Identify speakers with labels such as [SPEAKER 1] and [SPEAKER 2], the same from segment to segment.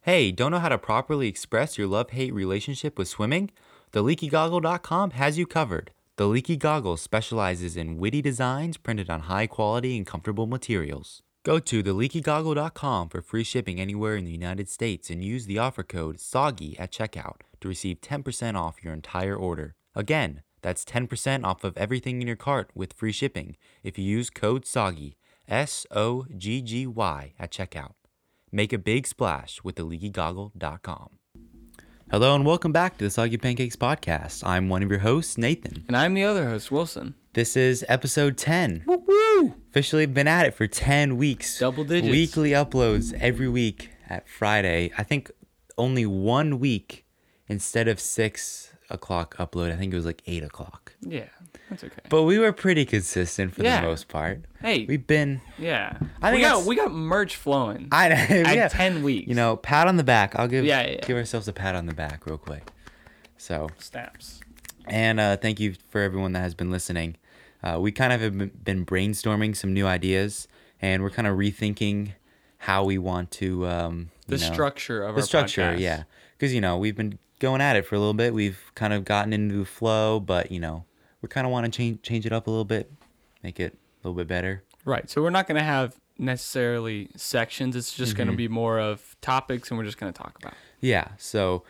[SPEAKER 1] Hey, don't know how to properly express your love hate relationship with swimming? TheLeakyGoggle.com has you covered. The Leaky Goggle specializes in witty designs printed on high quality and comfortable materials. Go to TheLeakyGoggle.com for free shipping anywhere in the United States and use the offer code SOGGY at checkout to receive 10% off your entire order. Again, that's 10% off of everything in your cart with free shipping if you use code SOGGY, S O G G Y, at checkout. Make a big splash with theleakygoggle.com. Hello and welcome back to the Soggy Pancakes podcast. I'm one of your hosts, Nathan.
[SPEAKER 2] And I'm the other host, Wilson.
[SPEAKER 1] This is episode 10. Officially been at it for 10 weeks.
[SPEAKER 2] Double digits.
[SPEAKER 1] Weekly uploads every week at Friday. I think only one week instead of 6 o'clock upload. I think it was like 8 o'clock.
[SPEAKER 2] Yeah, that's okay.
[SPEAKER 1] But we were pretty consistent for
[SPEAKER 2] Yeah.
[SPEAKER 1] the most part.
[SPEAKER 2] Hey.
[SPEAKER 1] We've been.
[SPEAKER 2] yeah,
[SPEAKER 1] I think
[SPEAKER 2] we got
[SPEAKER 1] that's-
[SPEAKER 2] we got merch flowing
[SPEAKER 1] I,
[SPEAKER 2] at
[SPEAKER 1] yeah.
[SPEAKER 2] ten weeks.
[SPEAKER 1] You know, pat on the back. I'll give
[SPEAKER 2] Yeah, yeah, yeah.
[SPEAKER 1] give ourselves a pat on the back real quick. So,
[SPEAKER 2] snaps.
[SPEAKER 1] and uh, thank you for everyone that has been listening. Uh, we kind of have been- been brainstorming some new ideas, and we're kind of rethinking how we want to um,
[SPEAKER 2] The
[SPEAKER 1] you know,
[SPEAKER 2] structure of
[SPEAKER 1] the
[SPEAKER 2] our
[SPEAKER 1] structure,
[SPEAKER 2] podcast.
[SPEAKER 1] yeah. Because you know we've been going at it for a little bit. We've kind of gotten into the flow, but you know we kind of want to change change it up a little bit, make it a little bit better.
[SPEAKER 2] Right. So we're not gonna have necessarily sections. It's just
[SPEAKER 1] Mm-hmm.
[SPEAKER 2] gonna be more of topics, and we're just gonna talk about.
[SPEAKER 1] Yeah. So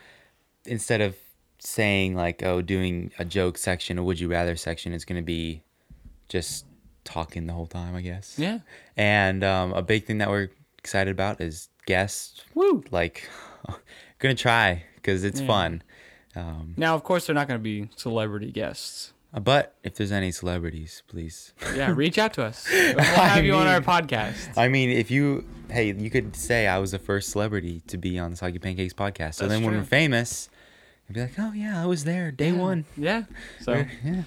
[SPEAKER 1] instead of saying like, oh, doing a joke section or would you rather section, it's going to be just talking the whole time, I guess.
[SPEAKER 2] Yeah.
[SPEAKER 1] And um, a big thing that we're excited about is guests.
[SPEAKER 2] Woo.
[SPEAKER 1] Like, going to try because it's fun. Um,
[SPEAKER 2] Now, of course, they're not gonna be celebrity guests.
[SPEAKER 1] but if there's any celebrities, please.
[SPEAKER 2] Yeah, reach out to us. We'll have you on our podcast.
[SPEAKER 1] I mean, if you, hey, you could say I was the first celebrity to be on the Soggy Pancakes podcast. So
[SPEAKER 2] That's
[SPEAKER 1] then when
[SPEAKER 2] true.
[SPEAKER 1] we're famous, you'd be like, oh, yeah, I was there day one.
[SPEAKER 2] Yeah. So
[SPEAKER 1] Yeah.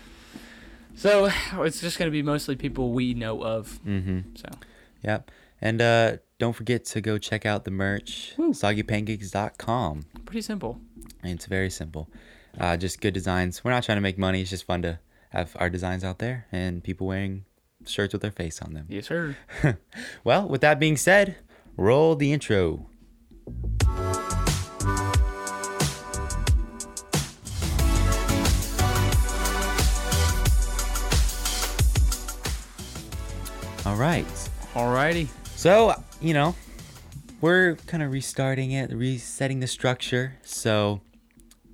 [SPEAKER 2] so it's just gonna be mostly people we know of. Mm-hmm. So
[SPEAKER 1] Yep. And uh, don't forget to go check out the merch, soggypancakes.com.
[SPEAKER 2] pretty simple.
[SPEAKER 1] And It's very simple. Uh, just good designs. We're not trying to make money. It's just fun to have our designs out there and people wearing shirts with their face on them.
[SPEAKER 2] Yes, sir.
[SPEAKER 1] Well, with that being said, roll the intro. All right.
[SPEAKER 2] Alrighty.
[SPEAKER 1] So, you know, we're kind of restarting it, resetting the structure. So,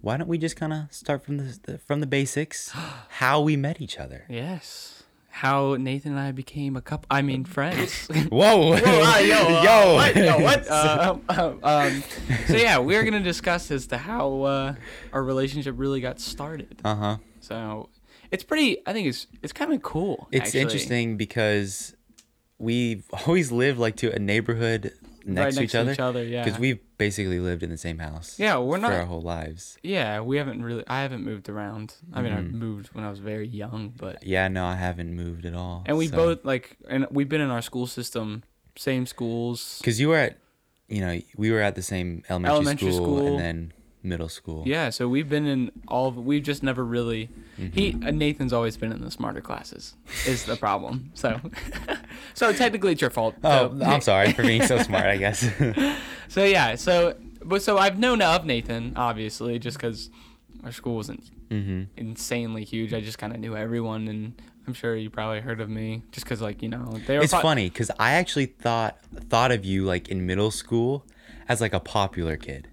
[SPEAKER 1] why don't we just kind of start from the, the from the basics, how we met each other?
[SPEAKER 2] Yes. How Nathan and I became a couple. I mean, friends.
[SPEAKER 1] Whoa, yo,
[SPEAKER 2] Uh, um, um, so yeah, we're gonna discuss as to how uh, our relationship really got started.
[SPEAKER 1] Uh huh.
[SPEAKER 2] So it's pretty. I think it's it's kind of cool.
[SPEAKER 1] It's
[SPEAKER 2] actually.
[SPEAKER 1] interesting because we've always lived like to a neighborhood next, to, each
[SPEAKER 2] next to
[SPEAKER 1] other,
[SPEAKER 2] each other, yeah.
[SPEAKER 1] Because we've basically lived in the same house.
[SPEAKER 2] Yeah, we're
[SPEAKER 1] for our
[SPEAKER 2] not.
[SPEAKER 1] whole lives.
[SPEAKER 2] Yeah, we haven't really. I haven't moved around. I mean, I
[SPEAKER 1] Mm-hmm.
[SPEAKER 2] moved when I was very young, but
[SPEAKER 1] Yeah, no, I haven't moved at all.
[SPEAKER 2] and we
[SPEAKER 1] so-
[SPEAKER 2] both like, and we've been in our school system, same schools.
[SPEAKER 1] Because you were at, you know, we were at the same elementary,
[SPEAKER 2] Elementary
[SPEAKER 1] school,
[SPEAKER 2] school.
[SPEAKER 1] and then middle school.
[SPEAKER 2] Yeah, so we've been in all. Of, we've just never really. He
[SPEAKER 1] Mm-hmm.
[SPEAKER 2] uh, Nathan's always been in the smarter classes. Is the problem. So, so technically it's your fault.
[SPEAKER 1] Oh,
[SPEAKER 2] so,
[SPEAKER 1] I'm sorry for being so smart, I guess.
[SPEAKER 2] So yeah, so but so I've known of Nathan obviously just because our school wasn't
[SPEAKER 1] Mm-hmm.
[SPEAKER 2] insanely huge. I just kind of knew everyone, and I'm sure you probably heard of me just because like you know they were.
[SPEAKER 1] it's
[SPEAKER 2] pro-
[SPEAKER 1] funny because I actually thought thought of you like in middle school as like a popular kid.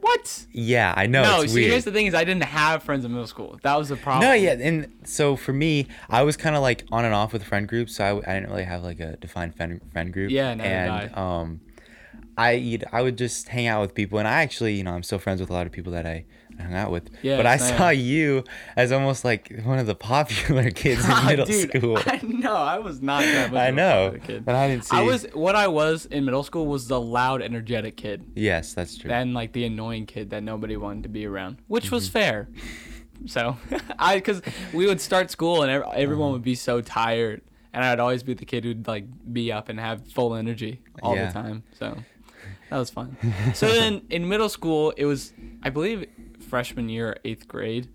[SPEAKER 2] What?
[SPEAKER 1] Yeah, I know.
[SPEAKER 2] No,
[SPEAKER 1] Oh, it's
[SPEAKER 2] see,
[SPEAKER 1] weird.
[SPEAKER 2] here's the thing: is I didn't have friends in middle school. That was the problem.
[SPEAKER 1] no, yeah, and so for me, I was kind of like on and off with friend groups, so I, I didn't really have like a defined friend friend group.
[SPEAKER 2] Yeah, neither did
[SPEAKER 1] and um, I you'd, I would just hang out with people, and I actually, you know, I'm still friends with a lot of people that I hung out with.
[SPEAKER 2] Yeah,
[SPEAKER 1] but I
[SPEAKER 2] same.
[SPEAKER 1] saw you as almost like one of the popular kids in
[SPEAKER 2] Ah,
[SPEAKER 1] middle
[SPEAKER 2] dude,
[SPEAKER 1] school.
[SPEAKER 2] I know. I was not that much.
[SPEAKER 1] I
[SPEAKER 2] of a
[SPEAKER 1] know,
[SPEAKER 2] popular Kid.
[SPEAKER 1] but I didn't see.
[SPEAKER 2] I was what I was in middle school was the loud, energetic kid,
[SPEAKER 1] Yes, that's true.
[SPEAKER 2] and like the annoying kid that nobody wanted to be around, which was
[SPEAKER 1] Mm-hmm.
[SPEAKER 2] fair. So, I because we would start school and ev- everyone would be so tired, and I'd always be the kid who'd like be up and have full energy all
[SPEAKER 1] Yeah.
[SPEAKER 2] the time. So that was fun. so then in middle school, it was I believe freshman year, eighth grade.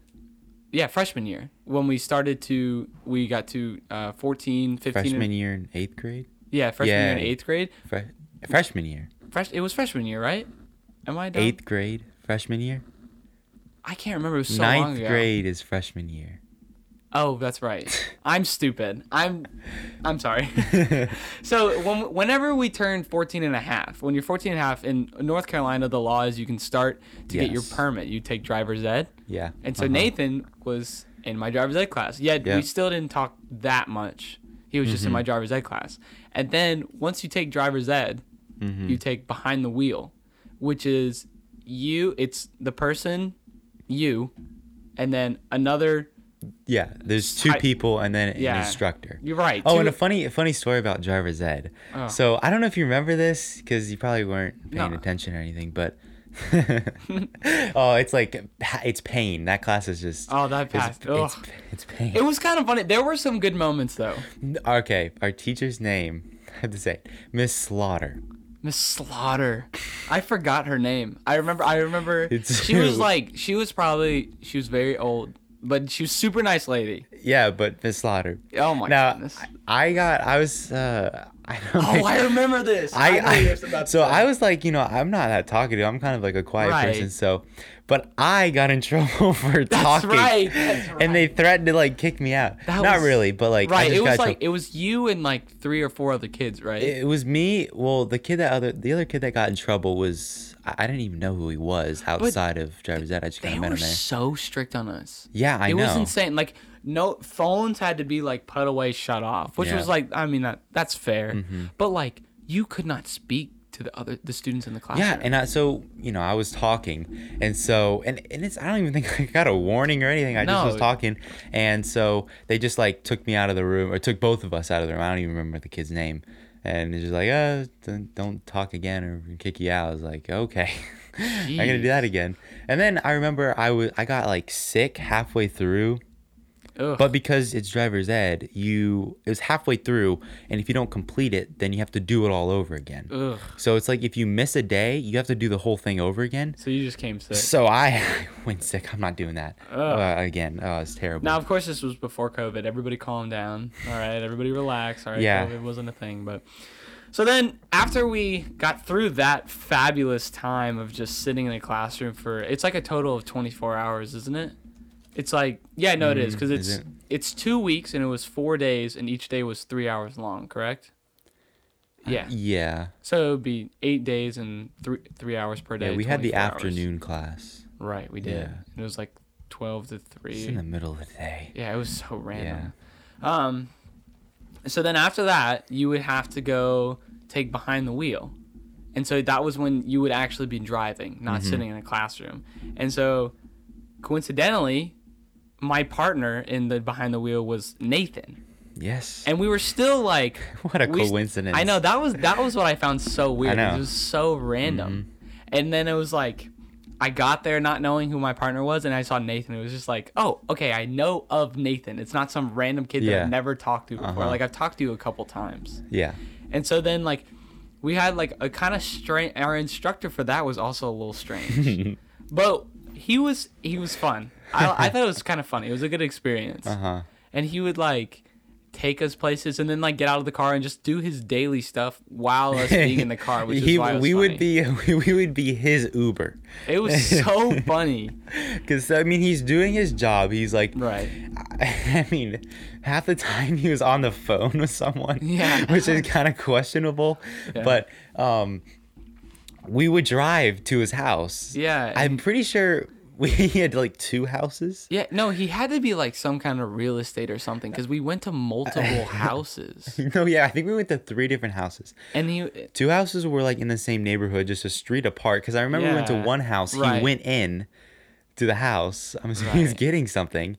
[SPEAKER 2] Yeah, freshman year when we started to we got to uh, 14, 15 and-
[SPEAKER 1] freshman year in eighth grade.
[SPEAKER 2] yeah, freshman year and
[SPEAKER 1] Yeah.
[SPEAKER 2] eighth grade.
[SPEAKER 1] Fre- freshman year.
[SPEAKER 2] Fresh, it was freshman year, right? Am I done?
[SPEAKER 1] Eighth grade, freshman year.
[SPEAKER 2] I can't remember. It was so long
[SPEAKER 1] Ninth
[SPEAKER 2] ago.
[SPEAKER 1] grade is freshman year.
[SPEAKER 2] Oh, that's right. I'm stupid. I'm I'm sorry. so when, whenever we turn 14 and a half, when you're 14 and a half in North Carolina, the law is you can start to get your
[SPEAKER 1] Yes.
[SPEAKER 2] permit. You take driver's ed.
[SPEAKER 1] Yeah.
[SPEAKER 2] And so
[SPEAKER 1] uh-huh.
[SPEAKER 2] Nathan was in my driver's ed class. Yet
[SPEAKER 1] Yeah. Mm-hmm.
[SPEAKER 2] we still didn't talk that much. He was just in my driver's ed class. And then once you take driver's ed,
[SPEAKER 1] Mm-hmm.
[SPEAKER 2] you take behind the wheel, which is you, it's the person, you, and then another.
[SPEAKER 1] Yeah, there's two
[SPEAKER 2] I-
[SPEAKER 1] people and then an
[SPEAKER 2] Yeah.
[SPEAKER 1] instructor.
[SPEAKER 2] You're right.
[SPEAKER 1] Oh,
[SPEAKER 2] two-
[SPEAKER 1] and a funny, funny story about driver's ed.
[SPEAKER 2] Oh.
[SPEAKER 1] So I don't know if you remember this because you probably weren't paying
[SPEAKER 2] No.
[SPEAKER 1] attention or anything, but oh, it's like pa- it's pain. That class is just
[SPEAKER 2] Oh, that
[SPEAKER 1] it's-
[SPEAKER 2] passed.
[SPEAKER 1] It's,
[SPEAKER 2] Ugh.
[SPEAKER 1] it's pain.
[SPEAKER 2] It was kind of funny. There were some good moments though.
[SPEAKER 1] okay, our teacher's name. I have to say, it, Miss Slaughter.
[SPEAKER 2] Miss Slaughter. I forgot her name. I remember I remember
[SPEAKER 1] It's
[SPEAKER 2] she was
[SPEAKER 1] you.
[SPEAKER 2] like she was probably she was very old, but she was super nice lady.
[SPEAKER 1] Yeah, but Miss Slaughter.
[SPEAKER 2] Oh my
[SPEAKER 1] now,
[SPEAKER 2] goodness.
[SPEAKER 1] I I got. I was. Uh, I don't.
[SPEAKER 2] Oh,
[SPEAKER 1] think-
[SPEAKER 2] I remember this.
[SPEAKER 1] I,
[SPEAKER 2] know
[SPEAKER 1] I-
[SPEAKER 2] what you're about to
[SPEAKER 1] so
[SPEAKER 2] say.
[SPEAKER 1] I was like, you know, I'm not that talkative. I'm kind of like a quiet
[SPEAKER 2] Right.
[SPEAKER 1] person. So, but I got in trouble for talking,
[SPEAKER 2] right, that's
[SPEAKER 1] and they threatened to like kick me out.
[SPEAKER 2] That
[SPEAKER 1] not
[SPEAKER 2] was-
[SPEAKER 1] really, but like, I
[SPEAKER 2] right.
[SPEAKER 1] just
[SPEAKER 2] It
[SPEAKER 1] got
[SPEAKER 2] was
[SPEAKER 1] in
[SPEAKER 2] like
[SPEAKER 1] trouble.
[SPEAKER 2] it was you and like three or four other kids, right?
[SPEAKER 1] it was me. Well, the kid that other the other kid that got in trouble was I, I didn't even know who he was outside of driver's ed. I just kind
[SPEAKER 2] they
[SPEAKER 1] of met
[SPEAKER 2] were
[SPEAKER 1] him there.
[SPEAKER 2] so strict on us.
[SPEAKER 1] Yeah, I
[SPEAKER 2] it was
[SPEAKER 1] know.
[SPEAKER 2] insane. Like no phones had to be like put away, shut off, which
[SPEAKER 1] Yeah. Mm-hmm.
[SPEAKER 2] was like I mean that that's fair, but like you could not speak to the other the students in the classroom.
[SPEAKER 1] Yeah, and I, so you know, I was talking, and so and and it's I don't even think I got a warning or anything. I just
[SPEAKER 2] No.
[SPEAKER 1] was talking, and so they just like took me out of the room or took both of us out of the room. I don't even remember the kid's name, and it's just like, uh, don't, don't talk again or we'll kick you out. I was like, okay, I'm gonna do that again. And then I remember I was I got like sick halfway through.
[SPEAKER 2] Ugh.
[SPEAKER 1] But because it's driver's ed, you it was halfway through, and if you don't complete it, then you have to do it all over again.
[SPEAKER 2] Ugh.
[SPEAKER 1] So it's like if you miss a day, you have to do the whole thing over again.
[SPEAKER 2] So you just came sick.
[SPEAKER 1] So I went sick. I'm not doing that uh, again. Oh, it's terrible.
[SPEAKER 2] Now, of course, this was before COVID. Everybody calm down. All right, everybody relax. All right,
[SPEAKER 1] Yeah.
[SPEAKER 2] COVID wasn't a thing, but so then after we got through that fabulous time of just sitting in a classroom for it's like a total of 24 hours, isn't it? It's like yeah, no, it is because
[SPEAKER 1] Mm-hmm. is
[SPEAKER 2] it's
[SPEAKER 1] it?
[SPEAKER 2] it's two weeks and it was four days and each day was three hours long, correct?
[SPEAKER 1] Uh,
[SPEAKER 2] Yeah,
[SPEAKER 1] yeah,
[SPEAKER 2] so it would be eight days and three three hours per day.
[SPEAKER 1] yeah. We had the
[SPEAKER 2] 24 hours.
[SPEAKER 1] afternoon class.
[SPEAKER 2] Right, we did.
[SPEAKER 1] Yeah.
[SPEAKER 2] It was like 12 to three.
[SPEAKER 1] It's in the middle of the day.
[SPEAKER 2] Yeah, it was so random. Um, so then after that, you would have to go take behind the wheel, and so that was when you would actually be driving, not sitting in a classroom. And so, coincidentally, my partner in the behind the wheel was Nathan,
[SPEAKER 1] Yes.
[SPEAKER 2] and we were still like,
[SPEAKER 1] What a
[SPEAKER 2] we-
[SPEAKER 1] coincidence.
[SPEAKER 2] I know that was that was what I found so weird.
[SPEAKER 1] know. Mm-hmm.
[SPEAKER 2] It was so random, and then it was like. I got there not knowing who my partner was, and I saw Nathan. It was just like, oh, okay, I know of Nathan. It's not some random kid that
[SPEAKER 1] Yeah.
[SPEAKER 2] I've never talked to before.
[SPEAKER 1] Uh-huh.
[SPEAKER 2] Like I've talked to you a couple times,
[SPEAKER 1] Yeah.
[SPEAKER 2] and so then like we had like a kind of strange. Our instructor for that was also a little strange, but he was he was fun. I, I thought it was kind of funny. It was a good experience
[SPEAKER 1] Uh huh.
[SPEAKER 2] and he would like take us places and then like get out of the car and just do his daily stuff while us being in the car which
[SPEAKER 1] He-
[SPEAKER 2] is why it was
[SPEAKER 1] we would
[SPEAKER 2] funny.
[SPEAKER 1] be we would be his Uber.
[SPEAKER 2] it was so funny
[SPEAKER 1] Because, I mean, he's doing his job. He's like,
[SPEAKER 2] Right.
[SPEAKER 1] I, mean, half the time he was on the phone with someone,
[SPEAKER 2] Yeah.
[SPEAKER 1] which is kind of questionable. But um, we would drive to his house.
[SPEAKER 2] Yeah,
[SPEAKER 1] I'm pretty sure we he had like two houses.
[SPEAKER 2] yeah no he had to be like some kind of real estate or something because we went to multiple houses
[SPEAKER 1] No, yeah, I think we went to three different houses.
[SPEAKER 2] and he
[SPEAKER 1] Two houses were like in the same neighborhood, just a street apart. Because I remember we went to
[SPEAKER 2] Yeah,
[SPEAKER 1] one house.
[SPEAKER 2] right.
[SPEAKER 1] He went in to the house. I'm assuming he's
[SPEAKER 2] Right.
[SPEAKER 1] getting something,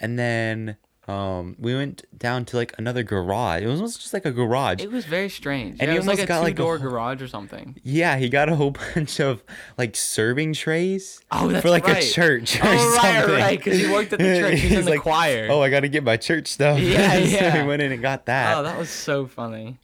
[SPEAKER 1] and then um, we went down to like another garage. It was almost just like a garage.
[SPEAKER 2] it was very strange
[SPEAKER 1] And
[SPEAKER 2] yeah,
[SPEAKER 1] he
[SPEAKER 2] it was like
[SPEAKER 1] almost
[SPEAKER 2] a
[SPEAKER 1] got, like, a
[SPEAKER 2] two-door
[SPEAKER 1] whole-
[SPEAKER 2] garage or something
[SPEAKER 1] yeah, he got a whole bunch of like serving trays
[SPEAKER 2] Oh, that's
[SPEAKER 1] for like
[SPEAKER 2] right.
[SPEAKER 1] a church or
[SPEAKER 2] Oh, right,
[SPEAKER 1] something.
[SPEAKER 2] right, 'cause he worked at the church. He's in the choir.
[SPEAKER 1] Oh, I got to get my church stuff.
[SPEAKER 2] Yeah,
[SPEAKER 1] so
[SPEAKER 2] yeah.
[SPEAKER 1] he went in and got that.
[SPEAKER 2] oh that was so funny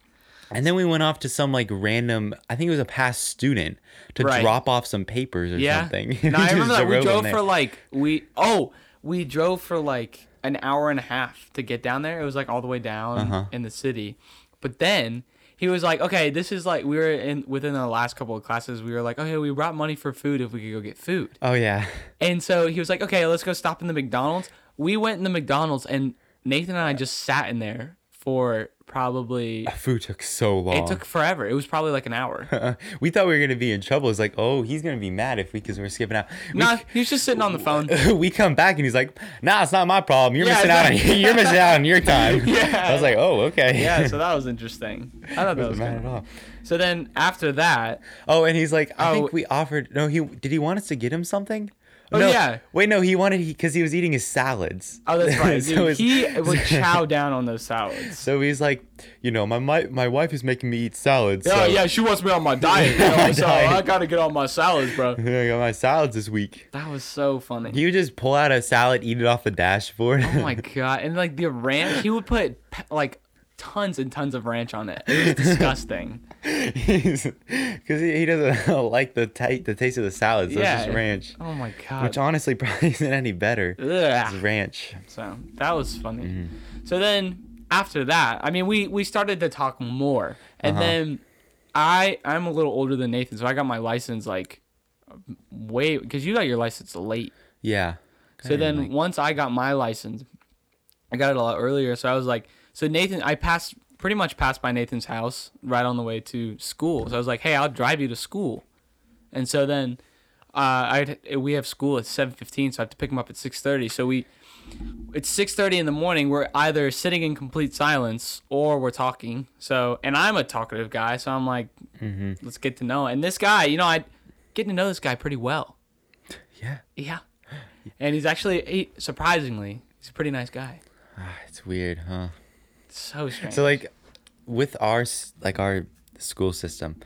[SPEAKER 1] And then we went off to some like random, I think it was a past student to
[SPEAKER 2] Right.
[SPEAKER 1] drop off some papers or
[SPEAKER 2] yeah
[SPEAKER 1] something.
[SPEAKER 2] no i
[SPEAKER 1] Just
[SPEAKER 2] remember that we
[SPEAKER 1] drove
[SPEAKER 2] drove
[SPEAKER 1] in
[SPEAKER 2] for
[SPEAKER 1] there.
[SPEAKER 2] like we oh we drove for like
[SPEAKER 1] Uh-huh.
[SPEAKER 2] an hour and a half to get down there it was like all the way down in the city but then he was like, okay, this is like we were in within the last couple of classes. We were like, okay, we brought money for food if we could go get food.
[SPEAKER 1] Oh yeah.
[SPEAKER 2] And so he was like, okay, let's go stop in the McDonald's. We went in the McDonald's and Nathan and I just sat in there for probably
[SPEAKER 1] Food took so long.
[SPEAKER 2] it took forever. It was probably like an hour.
[SPEAKER 1] we thought we were gonna be in trouble. It's like, oh, he's gonna be mad if we because we're skipping out. We,
[SPEAKER 2] nah, he was just sitting on the phone.
[SPEAKER 1] we come back and he's like, nah, it's not my problem. You're
[SPEAKER 2] Yeah,
[SPEAKER 1] missing out. On,
[SPEAKER 2] exactly.
[SPEAKER 1] you're missing out on your time.
[SPEAKER 2] Yeah.
[SPEAKER 1] I was like, oh, okay.
[SPEAKER 2] Yeah, so that was interesting. I thought that was
[SPEAKER 1] Wasn't mad
[SPEAKER 2] kind
[SPEAKER 1] at all.
[SPEAKER 2] So then after that,
[SPEAKER 1] Oh, and he's like, I think
[SPEAKER 2] Oh.
[SPEAKER 1] we offered. No, he did. He want us to get him something.
[SPEAKER 2] Oh,
[SPEAKER 1] no,
[SPEAKER 2] yeah.
[SPEAKER 1] Wait, no, he wanted because he was eating his salads.
[SPEAKER 2] oh, that's right.
[SPEAKER 1] So
[SPEAKER 2] dude,
[SPEAKER 1] it's-
[SPEAKER 2] he would chow down on those salads.
[SPEAKER 1] So he's like, you know, my my, my wife is making me eat salads.
[SPEAKER 2] Oh
[SPEAKER 1] so
[SPEAKER 2] yeah, she wants me on my diet. You know,
[SPEAKER 1] My
[SPEAKER 2] so I
[SPEAKER 1] diet.
[SPEAKER 2] gotta get on my salads, bro.
[SPEAKER 1] I got my salads this week.
[SPEAKER 2] That was so funny.
[SPEAKER 1] He would just pull out a salad, eat it off the dashboard.
[SPEAKER 2] Oh my god! And like the ranch, he would put pe- like tons and tons of ranch on it. It was disgusting.
[SPEAKER 1] because he, he doesn't like the ta- the taste of the salad, so it's
[SPEAKER 2] Yeah.
[SPEAKER 1] just ranch,
[SPEAKER 2] oh my god!
[SPEAKER 1] which honestly probably isn't any better.
[SPEAKER 2] Ugh.
[SPEAKER 1] It's ranch.
[SPEAKER 2] So that was funny. So then after that, I mean, we we started to talk more, and then I I'm a little older than Nathan, so I got my license like way because you got your license late.
[SPEAKER 1] Yeah.
[SPEAKER 2] So then once I got my license, I got it a lot earlier. So I was like, so Nathan, I passed pretty much passed by Nathan's house right on the way to school. So I was like, hey, I'll drive you to school. And so then, uh, I we have school at seven fifteen, so I have to pick him up at six thirty. So we, it's six thirty in the morning. We're either sitting in complete silence or we're talking. So and I'm a talkative guy, so I'm like, let's get to know. And this guy, you know, I getting to know this guy pretty well.
[SPEAKER 1] Yeah.
[SPEAKER 2] Yeah. And he's actually, he, surprisingly, he's a pretty nice guy.
[SPEAKER 1] Ah, it's weird, huh?
[SPEAKER 2] It's so strange.
[SPEAKER 1] So like, with our s- like our school system,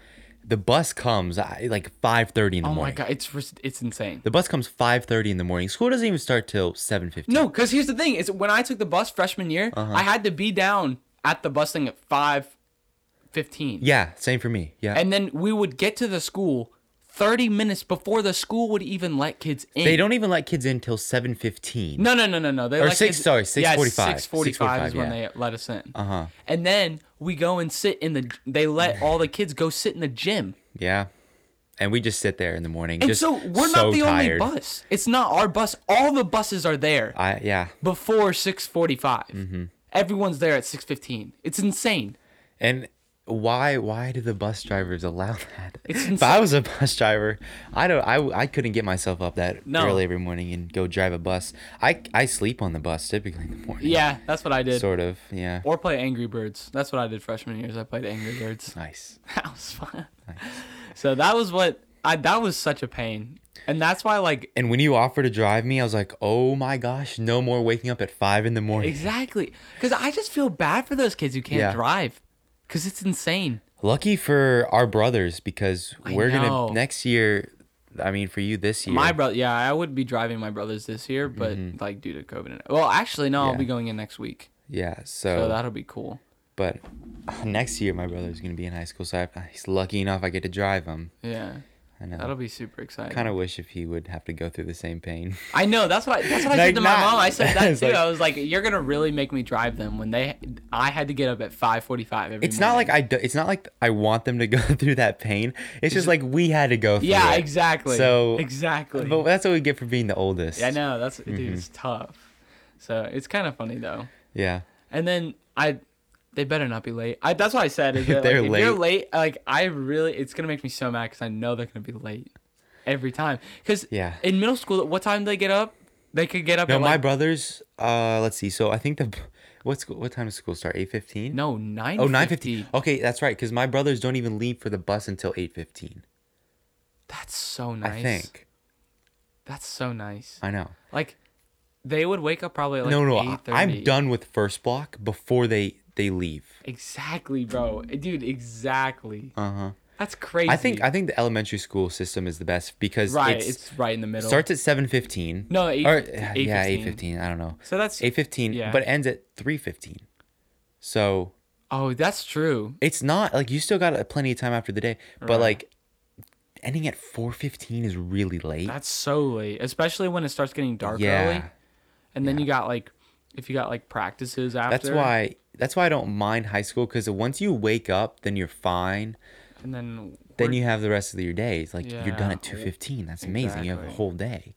[SPEAKER 1] the bus comes I, like five thirty in the
[SPEAKER 2] oh my
[SPEAKER 1] morning.
[SPEAKER 2] god, it's ris- it's insane.
[SPEAKER 1] The bus comes five thirty in the morning. School doesn't even start till seven fifteen.
[SPEAKER 2] No, because here's the thing: is when I took the bus freshman year,
[SPEAKER 1] Uh-huh.
[SPEAKER 2] I had to be down at the bus thing at five fifteen,
[SPEAKER 1] Yeah, same for me. Yeah.
[SPEAKER 2] and then we would get to the school thirty minutes before the school would even let kids in.
[SPEAKER 1] they don't even let kids in till seven fifteen.
[SPEAKER 2] No, no, no, no, no. They
[SPEAKER 1] Or
[SPEAKER 2] let
[SPEAKER 1] six-
[SPEAKER 2] kids-
[SPEAKER 1] sorry,
[SPEAKER 2] yeah,
[SPEAKER 1] 6:45.
[SPEAKER 2] Six forty-five is
[SPEAKER 1] 6:45,
[SPEAKER 2] when
[SPEAKER 1] yeah.
[SPEAKER 2] they let us in. Uh
[SPEAKER 1] Uh-huh.
[SPEAKER 2] And then we go and sit in the. They let all the kids go sit in the gym.
[SPEAKER 1] Yeah. And we just sit there in the morning.
[SPEAKER 2] And
[SPEAKER 1] just
[SPEAKER 2] so we're
[SPEAKER 1] so
[SPEAKER 2] not the
[SPEAKER 1] tired.
[SPEAKER 2] only bus. It's not our bus. All the buses are there
[SPEAKER 1] I yeah.
[SPEAKER 2] before 6:45.
[SPEAKER 1] Mm-hmm.
[SPEAKER 2] Everyone's there at 6:15. It's insane.
[SPEAKER 1] And why why do the bus drivers allow that?
[SPEAKER 2] It's
[SPEAKER 1] if I was a bus driver, I don't I, I couldn't get myself up that
[SPEAKER 2] No.
[SPEAKER 1] early every morning and go drive a bus. I I sleep on the bus typically in the morning.
[SPEAKER 2] Yeah, that's what I did.
[SPEAKER 1] Sort of. Yeah.
[SPEAKER 2] Or play Angry Birds. That's what I did freshman years. I played Angry Birds.
[SPEAKER 1] nice.
[SPEAKER 2] That was fun. So that was what I that was such a pain. And that's why like
[SPEAKER 1] And when you offered to drive me, I was like, "Oh my gosh, no more waking up at five in the morning."
[SPEAKER 2] exactly cuz I just feel bad for those kids who can't
[SPEAKER 1] Yeah.
[SPEAKER 2] drive cuz it's insane.
[SPEAKER 1] Lucky for our brothers because we're
[SPEAKER 2] know.
[SPEAKER 1] gonna next year. I mean, for you this year.
[SPEAKER 2] My brother, yeah, I would be driving my brothers this year, but like due to COVID. and- Well, actually no, I'll
[SPEAKER 1] Mm-hmm. Yeah.
[SPEAKER 2] be going in next week.
[SPEAKER 1] yeah.
[SPEAKER 2] So Oh, that'll be cool.
[SPEAKER 1] But next year, my brother's gonna be in high school, so I, he's lucky enough I get to drive him.
[SPEAKER 2] Yeah.
[SPEAKER 1] I know.
[SPEAKER 2] That'll be super exciting.
[SPEAKER 1] kind of wish if he would have to go through the same pain.
[SPEAKER 2] I know that's what I, that's what I
[SPEAKER 1] Like,
[SPEAKER 2] said to my
[SPEAKER 1] nah.
[SPEAKER 2] mom. I said that
[SPEAKER 1] It's
[SPEAKER 2] too.
[SPEAKER 1] like-
[SPEAKER 2] I was like, "You're gonna really make me drive them when they." I had to get up at five forty-five every.
[SPEAKER 1] It's not like
[SPEAKER 2] morning.
[SPEAKER 1] I. Do, it's not like I want them to go through that pain. It's just like we had to go through.
[SPEAKER 2] Yeah,
[SPEAKER 1] it.
[SPEAKER 2] exactly.
[SPEAKER 1] So-
[SPEAKER 2] exactly.
[SPEAKER 1] But Mm-hmm. that's what we get for being the oldest.
[SPEAKER 2] I know that's dude. It's tough. So it's kind of funny though.
[SPEAKER 1] Yeah.
[SPEAKER 2] And then I, they better not be late. I that's what I said. Is that,
[SPEAKER 1] They're
[SPEAKER 2] like, If you're late, like I really, it's gonna make me so mad because I know they're gonna be late every time. Because
[SPEAKER 1] Yeah.
[SPEAKER 2] in middle school, what time do they get up? They could get up.
[SPEAKER 1] No,
[SPEAKER 2] at
[SPEAKER 1] my
[SPEAKER 2] like,
[SPEAKER 1] brothers. Uh, let's see. So I think the what's what time does school start? Eight fifteen.
[SPEAKER 2] no nine.
[SPEAKER 1] Oh, 9.15. Okay, that's right. Because my brothers don't even leave for the bus until eight fifteen.
[SPEAKER 2] That's so nice.
[SPEAKER 1] I think.
[SPEAKER 2] That's so nice.
[SPEAKER 1] I know.
[SPEAKER 2] Like, they would wake up probably at like
[SPEAKER 1] no, no. I-
[SPEAKER 2] 8:30.
[SPEAKER 1] I'm done with first block before they they leave.
[SPEAKER 2] Exactly, bro, dude. Exactly.
[SPEAKER 1] Uh huh.
[SPEAKER 2] That's Uh-huh. crazy.
[SPEAKER 1] I think I think the elementary school system is the best because
[SPEAKER 2] right.
[SPEAKER 1] it's,
[SPEAKER 2] It's, right in the middle.
[SPEAKER 1] starts at seven fifteen.
[SPEAKER 2] No, eight-
[SPEAKER 1] or,
[SPEAKER 2] eight
[SPEAKER 1] yeah, eight
[SPEAKER 2] fifteen.
[SPEAKER 1] fifteen. I don't know.
[SPEAKER 2] so that's
[SPEAKER 1] Eight fifteen,
[SPEAKER 2] Yeah.
[SPEAKER 1] but ends at three fifteen. So
[SPEAKER 2] oh, that's true.
[SPEAKER 1] it's not like you still got uh, plenty of time after the day, but like ending at four fifteen is really late.
[SPEAKER 2] That's so late, especially when it starts getting dark
[SPEAKER 1] yeah,
[SPEAKER 2] early, and then you got like if you got like practices after.
[SPEAKER 1] That's why that's why I don't mind high school because once you wake up, then you're fine.
[SPEAKER 2] And then
[SPEAKER 1] Then
[SPEAKER 2] work-
[SPEAKER 1] you have the rest of your day. It's like you're done
[SPEAKER 2] Yeah.
[SPEAKER 1] at two fifteen. That's amazing. You have a
[SPEAKER 2] Exactly.
[SPEAKER 1] whole day.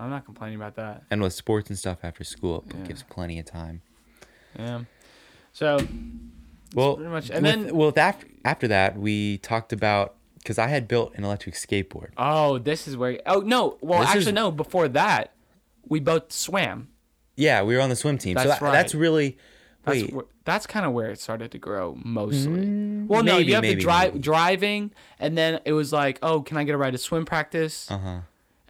[SPEAKER 2] I'm not complaining about that.
[SPEAKER 1] And with sports and stuff after school, it
[SPEAKER 2] Yeah.
[SPEAKER 1] gives plenty of time.
[SPEAKER 2] Yeah. So
[SPEAKER 1] Well,
[SPEAKER 2] pretty much- and
[SPEAKER 1] with-
[SPEAKER 2] then-
[SPEAKER 1] well, after after that, we talked about because I had built an electric skateboard.
[SPEAKER 2] oh, this is where oh no, well
[SPEAKER 1] This is-
[SPEAKER 2] actually no, before that, we both swam.
[SPEAKER 1] Yeah, we were on the swim team, so
[SPEAKER 2] That's
[SPEAKER 1] that, that's
[SPEAKER 2] right.
[SPEAKER 1] really
[SPEAKER 2] That's
[SPEAKER 1] wait. Mm.
[SPEAKER 2] where, that's kind of where it started to grow mostly. well, no,
[SPEAKER 1] maybe,
[SPEAKER 2] you have
[SPEAKER 1] maybe,
[SPEAKER 2] to drive
[SPEAKER 1] maybe.
[SPEAKER 2] driving, and then it was like, oh, can I get a ride to swim practice? Uh
[SPEAKER 1] uh-huh,
[SPEAKER 2] huh.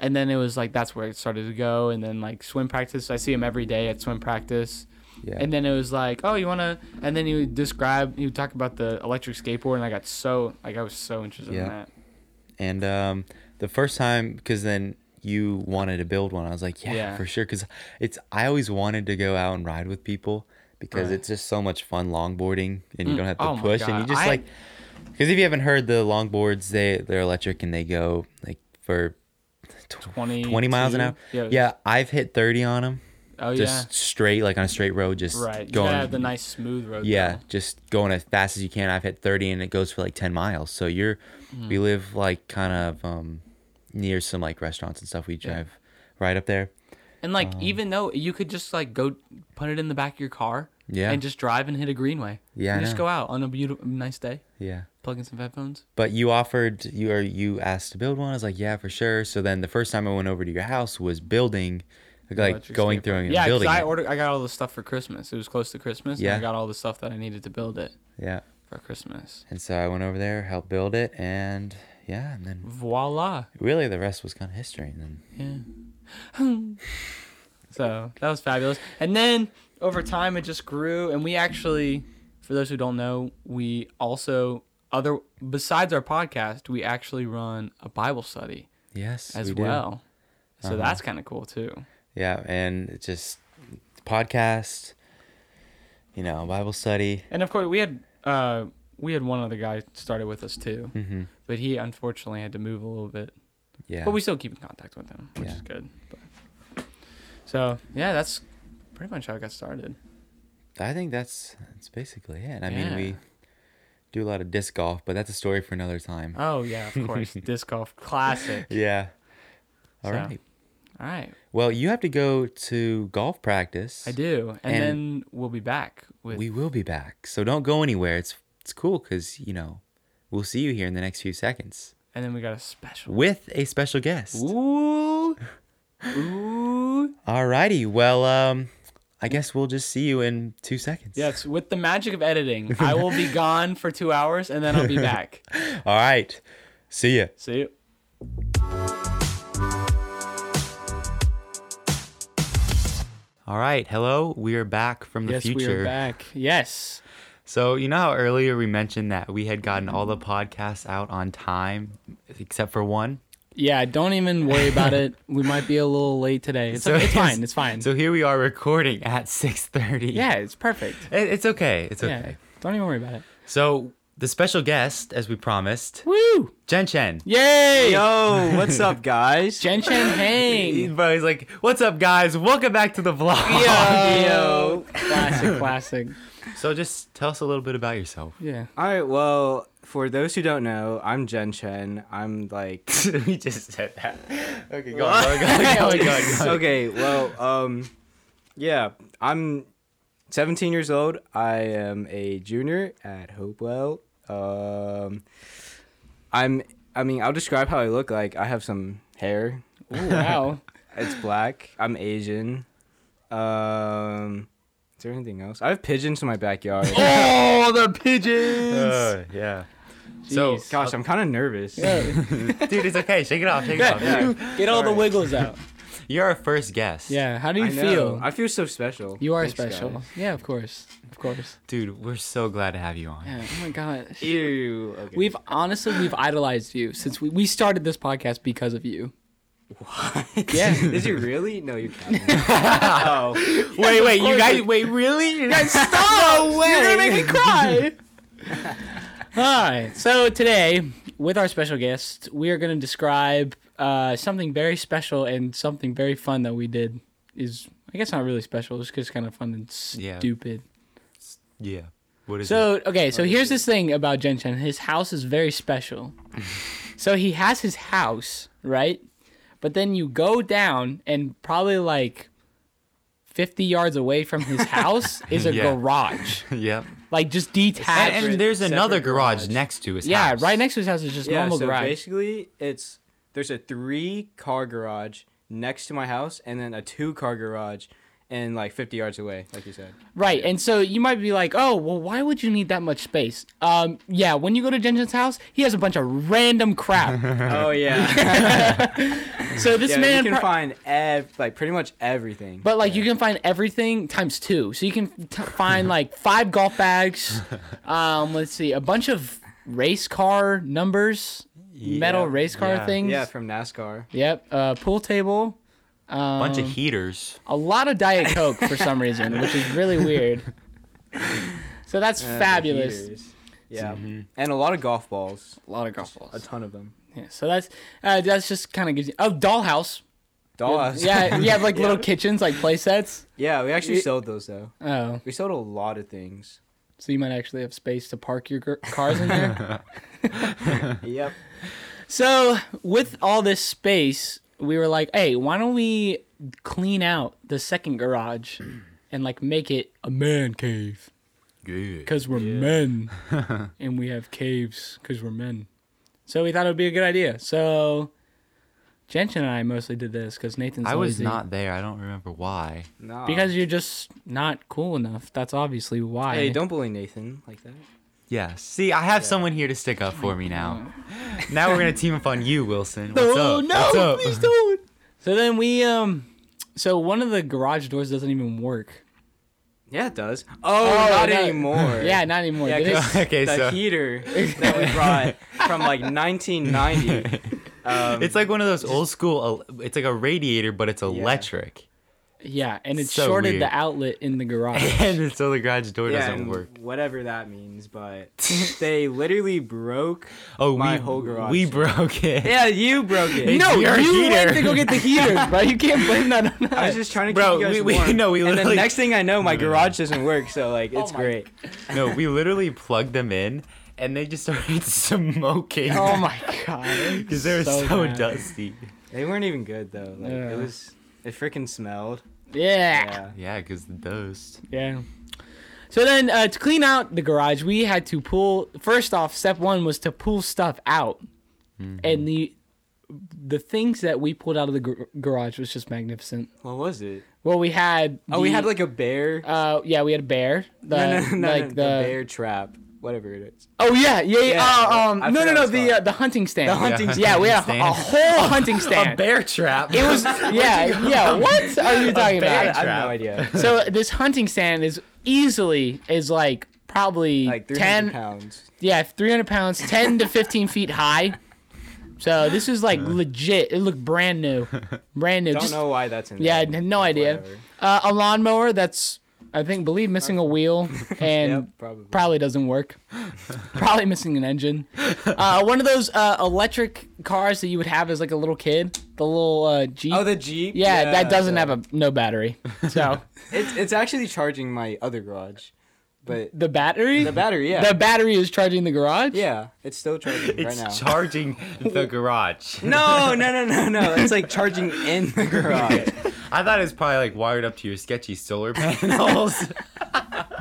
[SPEAKER 2] And then it was like that's where it started to go, and then like swim practice, I see him every day at swim practice.
[SPEAKER 1] Yeah.
[SPEAKER 2] And then it was like, oh, you wanna? And then he would describe, he would talk about the electric skateboard, and I got so like I was so interested
[SPEAKER 1] Yeah.
[SPEAKER 2] in that.
[SPEAKER 1] And um, the first time, because then you wanted to build one, I was like, yeah,
[SPEAKER 2] Yeah.
[SPEAKER 1] for sure. Because it's I always wanted to go out and ride with people because
[SPEAKER 2] Right.
[SPEAKER 1] it's just so much fun longboarding, and you don't have to
[SPEAKER 2] oh my
[SPEAKER 1] push, and you
[SPEAKER 2] God,
[SPEAKER 1] just
[SPEAKER 2] I-
[SPEAKER 1] like because if you haven't heard the longboards, they they're electric and they go like for tw-
[SPEAKER 2] 20,
[SPEAKER 1] 20 miles an hour.
[SPEAKER 2] Yeah.
[SPEAKER 1] yeah, I've hit thirty on them.
[SPEAKER 2] Oh
[SPEAKER 1] just straight like on a straight road just
[SPEAKER 2] yeah. Right. You
[SPEAKER 1] going
[SPEAKER 2] gotta have the nice smooth road.
[SPEAKER 1] yeah
[SPEAKER 2] though.
[SPEAKER 1] just going as fast as you can i've hit 30 and it goes for like 10 miles so you're
[SPEAKER 2] Mm.
[SPEAKER 1] we live like kind of um near some like restaurants and stuff we drive right up there
[SPEAKER 2] And like
[SPEAKER 1] Um,
[SPEAKER 2] even though you could just like go put it in the back of your car.
[SPEAKER 1] Yeah.
[SPEAKER 2] And just drive and hit a greenway.
[SPEAKER 1] Yeah,
[SPEAKER 2] You
[SPEAKER 1] I
[SPEAKER 2] just
[SPEAKER 1] know.
[SPEAKER 2] go out on a beautiful nice day.
[SPEAKER 1] yeah
[SPEAKER 2] Plug in some headphones.
[SPEAKER 1] but you offered you or you asked to build one i was like yeah for sure so then the first time i went over to your house was building like
[SPEAKER 2] Electric
[SPEAKER 1] going
[SPEAKER 2] skateboard.
[SPEAKER 1] through and
[SPEAKER 2] Yeah, 'cause
[SPEAKER 1] building
[SPEAKER 2] I
[SPEAKER 1] it.
[SPEAKER 2] ordered. I got all the stuff for Christmas. It was close to Christmas. Yeah.
[SPEAKER 1] Yeah.
[SPEAKER 2] And I got all the stuff that I needed to build it
[SPEAKER 1] yeah
[SPEAKER 2] for Christmas.
[SPEAKER 1] and so i went over there helped build it and yeah and then
[SPEAKER 2] Voila.
[SPEAKER 1] really the rest was kind of history and then
[SPEAKER 2] Yeah. so that was fabulous. And then over time, it just grew. And we actually, for those who don't know, we also other besides our podcast, we actually run a Bible study
[SPEAKER 1] yes
[SPEAKER 2] as
[SPEAKER 1] we Uh-huh. did.
[SPEAKER 2] well. So that's kind of cool too.
[SPEAKER 1] Yeah, and it just podcast, you know, Bible study.
[SPEAKER 2] And of course, we had uh, we had one other guy started with us too, but he unfortunately had to move a little bit.
[SPEAKER 1] Mm-hmm. Yeah.
[SPEAKER 2] But we still keep in contact with him, which
[SPEAKER 1] Yeah.
[SPEAKER 2] is good. But, so yeah, that's pretty much how it got started.
[SPEAKER 1] I think that's that's basically it. I mean,
[SPEAKER 2] Yeah.
[SPEAKER 1] we do a lot of disc golf, but that's a story for another time.
[SPEAKER 2] Oh yeah, of course, disc golf classic.
[SPEAKER 1] yeah. All
[SPEAKER 2] So.
[SPEAKER 1] right.
[SPEAKER 2] All right,
[SPEAKER 1] Well, you have to go to golf practice.
[SPEAKER 2] I do, and,
[SPEAKER 1] And-
[SPEAKER 2] then we'll be back with
[SPEAKER 1] We will be back. So don't go anywhere. It's it's cool cuz, you know, we'll see you here in the next few seconds
[SPEAKER 2] and then we got a special.
[SPEAKER 1] with a special guest.
[SPEAKER 2] Ooh, ooh.
[SPEAKER 1] Alrighty. Well, um I guess we'll just see you in 2 seconds.
[SPEAKER 2] Yes, with the magic of editing, I will be gone for two hours, and then I'll be back.
[SPEAKER 1] All right. See ya.
[SPEAKER 2] See you.
[SPEAKER 1] All right, hello. We are back from the
[SPEAKER 2] Yes,
[SPEAKER 1] future.
[SPEAKER 2] we are back. Yes.
[SPEAKER 1] So, you know how earlier we mentioned that we had gotten all the podcasts out on time except for one?
[SPEAKER 2] Yeah, don't even worry about it. We might be a little late today. It's,
[SPEAKER 1] So
[SPEAKER 2] it's fine. It's fine.
[SPEAKER 1] So, here we are recording at 6:30.
[SPEAKER 2] yeah, it's perfect.
[SPEAKER 1] It- It's okay. It's
[SPEAKER 2] Yeah,
[SPEAKER 1] okay.
[SPEAKER 2] don't even worry about it.
[SPEAKER 1] So, the special guest as we promised,
[SPEAKER 2] Woo!
[SPEAKER 1] Jen Chen.
[SPEAKER 2] Yay!
[SPEAKER 3] Yo, what's up, guys?
[SPEAKER 2] Jen Chen Hang.
[SPEAKER 1] Bro, he's like, "What's up guys? Welcome back to the vlog."
[SPEAKER 2] Yo. Classic, classic.
[SPEAKER 1] So, just tell us a little bit about yourself.
[SPEAKER 2] Yeah.
[SPEAKER 3] All right, well, for those who don't know, I'm Jen Chen. I'm like,
[SPEAKER 1] we just said that. Okay, go on. Go on, go on, go on, go on, go on.
[SPEAKER 3] okay, well, um, yeah, I'm 17 years old. I am a junior at Hopewell. Um, I'm, I mean, I'll describe how I look like. I have some hair.
[SPEAKER 2] Ooh, Oh, wow.
[SPEAKER 3] It's black. I'm Asian. Um, is there anything else? I have pigeons in my backyard.
[SPEAKER 2] oh, the pigeons.
[SPEAKER 1] Uh, yeah. So,
[SPEAKER 2] Jeez.
[SPEAKER 3] Gosh, I'm kind of nervous.
[SPEAKER 2] Yeah,
[SPEAKER 1] dude, it's okay. Shake it off. Shake it off.
[SPEAKER 2] Get all the wiggles out.
[SPEAKER 1] You're our first guest.
[SPEAKER 2] Yeah. How do you
[SPEAKER 3] I know.
[SPEAKER 2] feel?
[SPEAKER 3] I feel so special.
[SPEAKER 2] you are
[SPEAKER 3] Thanks,
[SPEAKER 2] special.
[SPEAKER 3] guys.
[SPEAKER 2] Yeah, of course. Of course.
[SPEAKER 1] Dude, we're so glad to have you on.
[SPEAKER 2] Yeah. Oh my god.
[SPEAKER 3] Ew. Okay.
[SPEAKER 2] We've honestly we've idolized you since we, we started this podcast because of you.
[SPEAKER 3] yeah. Did you really? No, you can't. oh.
[SPEAKER 1] Wait, wait, you
[SPEAKER 2] course
[SPEAKER 1] guys,
[SPEAKER 2] we-
[SPEAKER 1] wait, really? You guys,
[SPEAKER 2] Stop! You're gonna make me cry. All right. So today, with our special guest, we are gonna describe uh, something very special and something very fun that we did. Is I guess not really special. It's just kind of fun and
[SPEAKER 1] Yeah.
[SPEAKER 2] stupid.
[SPEAKER 1] Yeah. What is it?
[SPEAKER 2] So okay, so here's this thing about Jen Chen. His house is very special. so he has his house, right? But then you go down and probably like fifty yards away from his house is a
[SPEAKER 1] Yeah.
[SPEAKER 2] garage.
[SPEAKER 1] Yep.
[SPEAKER 2] Like just detached.
[SPEAKER 1] And, and there's
[SPEAKER 3] separate
[SPEAKER 1] another garage,
[SPEAKER 3] garage.
[SPEAKER 1] next to his
[SPEAKER 2] yeah,
[SPEAKER 1] house.
[SPEAKER 2] right next to his house is just
[SPEAKER 3] Yeah,
[SPEAKER 2] normal
[SPEAKER 3] so
[SPEAKER 2] garage.
[SPEAKER 3] basically, it's there's a three car garage next to my house, and then a two car garage, and like 50 yards away, like you said.
[SPEAKER 2] Right, and so you might be like, "Oh, well, why would you need that much space?" Um, yeah, when you go to Jensen's house, he has a bunch of random crap.
[SPEAKER 3] oh yeah,
[SPEAKER 2] so this
[SPEAKER 3] yeah
[SPEAKER 2] man,
[SPEAKER 3] you can
[SPEAKER 2] pro-
[SPEAKER 3] find ev- like pretty much everything.
[SPEAKER 2] but like, you can find everything times two. So you can t- find like five golf bags. Um, let's see, a bunch of race car numbers, metal
[SPEAKER 1] Yep,
[SPEAKER 2] race car
[SPEAKER 1] yeah.
[SPEAKER 2] things.
[SPEAKER 3] yeah, from NASCAR.
[SPEAKER 2] Yep. Uh, pool table.
[SPEAKER 1] A bunch of heaters.
[SPEAKER 2] a lot of diet coke for some reason, which is really weird. So that's
[SPEAKER 3] Uh, the
[SPEAKER 2] fabulous.
[SPEAKER 3] heaters. Yeah, and a lot of golf balls,
[SPEAKER 2] A lot of golf balls.
[SPEAKER 3] Mm-hmm. a ton of them.
[SPEAKER 2] Yeah, so that's uh, that's just kind of gives you oh dollhouse.
[SPEAKER 3] Dollhouse.
[SPEAKER 2] Yeah, you have like little kitchens, like play sets.
[SPEAKER 3] yeah. We actually
[SPEAKER 2] Y-
[SPEAKER 3] sold those though.
[SPEAKER 2] Oh,
[SPEAKER 3] We sold a lot of things.
[SPEAKER 2] so you might actually have space to park your gr- cars in there.
[SPEAKER 3] yep.
[SPEAKER 2] so with all this space, we were like, hey, why don't we clean out the second garage and like make it a man cave
[SPEAKER 1] Good.
[SPEAKER 2] because we're men and we have caves because we're men. So we thought it would be a good idea. So Jensen and I mostly did this because Nathan's.
[SPEAKER 1] I was
[SPEAKER 2] lazy.
[SPEAKER 1] not there. I don't remember why.
[SPEAKER 3] No.
[SPEAKER 2] Because you're just not cool enough. That's obviously why.
[SPEAKER 3] hey, don't bully Nathan like that.
[SPEAKER 1] Yeah. See, I have someone here to stick up for me now. now we're gonna team up on you, Wilson. What's up? What's up?
[SPEAKER 2] don't. So then we um, so one of the garage doors doesn't even work.
[SPEAKER 3] Yeah, it does. Oh,
[SPEAKER 2] Oh,
[SPEAKER 3] not
[SPEAKER 2] no.
[SPEAKER 3] anymore.
[SPEAKER 2] Yeah, not anymore.
[SPEAKER 3] Yeah,
[SPEAKER 2] They
[SPEAKER 3] 'cause
[SPEAKER 2] just-
[SPEAKER 1] Okay,
[SPEAKER 3] the
[SPEAKER 1] so-
[SPEAKER 3] heater that we brought from like 1990. Um,
[SPEAKER 1] It's like one of those old school. el- It's like a radiator, but it's electric,
[SPEAKER 2] yeah, and it
[SPEAKER 1] So
[SPEAKER 2] shorted
[SPEAKER 1] weird.
[SPEAKER 2] the outlet in the garage.
[SPEAKER 1] and so the garage door
[SPEAKER 3] yeah,
[SPEAKER 1] doesn't
[SPEAKER 3] and
[SPEAKER 1] work.
[SPEAKER 3] whatever that means, but they literally broke.
[SPEAKER 1] Oh,
[SPEAKER 3] my
[SPEAKER 1] we,
[SPEAKER 3] whole garage
[SPEAKER 1] We
[SPEAKER 3] door.
[SPEAKER 1] broke it.
[SPEAKER 3] Yeah, you broke it.
[SPEAKER 2] no,
[SPEAKER 1] It's your
[SPEAKER 2] you went
[SPEAKER 1] heater.
[SPEAKER 2] to go get the heater, bro. You can't blame that on
[SPEAKER 3] I
[SPEAKER 2] us.
[SPEAKER 3] was just trying to
[SPEAKER 1] Bro,
[SPEAKER 3] keep you guys
[SPEAKER 1] we- we-
[SPEAKER 3] warm.
[SPEAKER 1] no, we
[SPEAKER 3] And then
[SPEAKER 1] literally-
[SPEAKER 3] next thing I know, my garage doesn't work, so like it's
[SPEAKER 2] my-
[SPEAKER 3] great.
[SPEAKER 1] No, we literally plugged them in, and they just started smoking
[SPEAKER 2] oh my god.
[SPEAKER 1] because they were so,
[SPEAKER 2] bad.
[SPEAKER 1] dusty.
[SPEAKER 3] They weren't even good though. Like
[SPEAKER 2] Yeah. Ah.
[SPEAKER 3] it was, it freaking smelled.
[SPEAKER 2] Yeah.
[SPEAKER 3] Yeah.
[SPEAKER 1] Yeah, because the dust.
[SPEAKER 2] Yeah. So then, uh, to clean out the garage, we had to pull. First off, step one was to pull stuff out,
[SPEAKER 3] Mm-hmm.
[SPEAKER 2] and the the things that we pulled out of the gar- garage was just magnificent.
[SPEAKER 3] What was it?
[SPEAKER 2] Well, we had
[SPEAKER 3] Oh, we
[SPEAKER 2] the-
[SPEAKER 3] had like a bear.
[SPEAKER 2] uh yeah we had a bear the
[SPEAKER 3] no, no, no, no,
[SPEAKER 2] like
[SPEAKER 3] the
[SPEAKER 2] the,
[SPEAKER 3] bear trap, whatever it is.
[SPEAKER 2] oh yeah yeah, yeah.
[SPEAKER 3] Yeah,
[SPEAKER 2] uh, um
[SPEAKER 3] I
[SPEAKER 2] no no
[SPEAKER 3] forgot
[SPEAKER 2] no
[SPEAKER 3] it's
[SPEAKER 2] the
[SPEAKER 3] called.
[SPEAKER 2] uh, the hunting stand
[SPEAKER 3] The hunting
[SPEAKER 2] yeah we had a,
[SPEAKER 1] stand.
[SPEAKER 2] a whole hunting stand
[SPEAKER 1] bear trap.
[SPEAKER 2] it was yeah yeah what are you talking
[SPEAKER 3] I, I
[SPEAKER 2] about
[SPEAKER 1] bear.
[SPEAKER 3] have
[SPEAKER 1] trap.
[SPEAKER 3] no idea.
[SPEAKER 2] so this hunting stand is easily is like probably
[SPEAKER 3] Like 300
[SPEAKER 2] 10
[SPEAKER 3] pounds.
[SPEAKER 2] Yeah, 300 pounds, 10 to 15 feet high. So this is like legit. It looked brand new, brand new.
[SPEAKER 3] Don't
[SPEAKER 2] Just-
[SPEAKER 3] know why that's in
[SPEAKER 2] Yeah, I
[SPEAKER 3] there.
[SPEAKER 2] had no idea.
[SPEAKER 3] Whatever.
[SPEAKER 2] Uh, a lawnmower that's I think believe missing a wheel and
[SPEAKER 3] Yep, probably.
[SPEAKER 2] probably doesn't work. probably missing an engine. Uh, one of those uh, electric cars that you would have as like a little kid, the little uh, Jeep.
[SPEAKER 3] Oh, the Jeep.
[SPEAKER 2] yeah, that doesn't
[SPEAKER 3] yeah.
[SPEAKER 2] have a no battery. So
[SPEAKER 3] It's it's actually charging my other garage, but
[SPEAKER 2] the battery,
[SPEAKER 3] the battery, yeah,
[SPEAKER 2] the battery is charging the garage.
[SPEAKER 3] yeah, it's still charging right
[SPEAKER 1] It's
[SPEAKER 3] now.
[SPEAKER 1] charging the garage.
[SPEAKER 3] no, no, no, no, no. It's like charging in the garage.
[SPEAKER 1] I thought it was probably like wired up to your sketchy solar panels.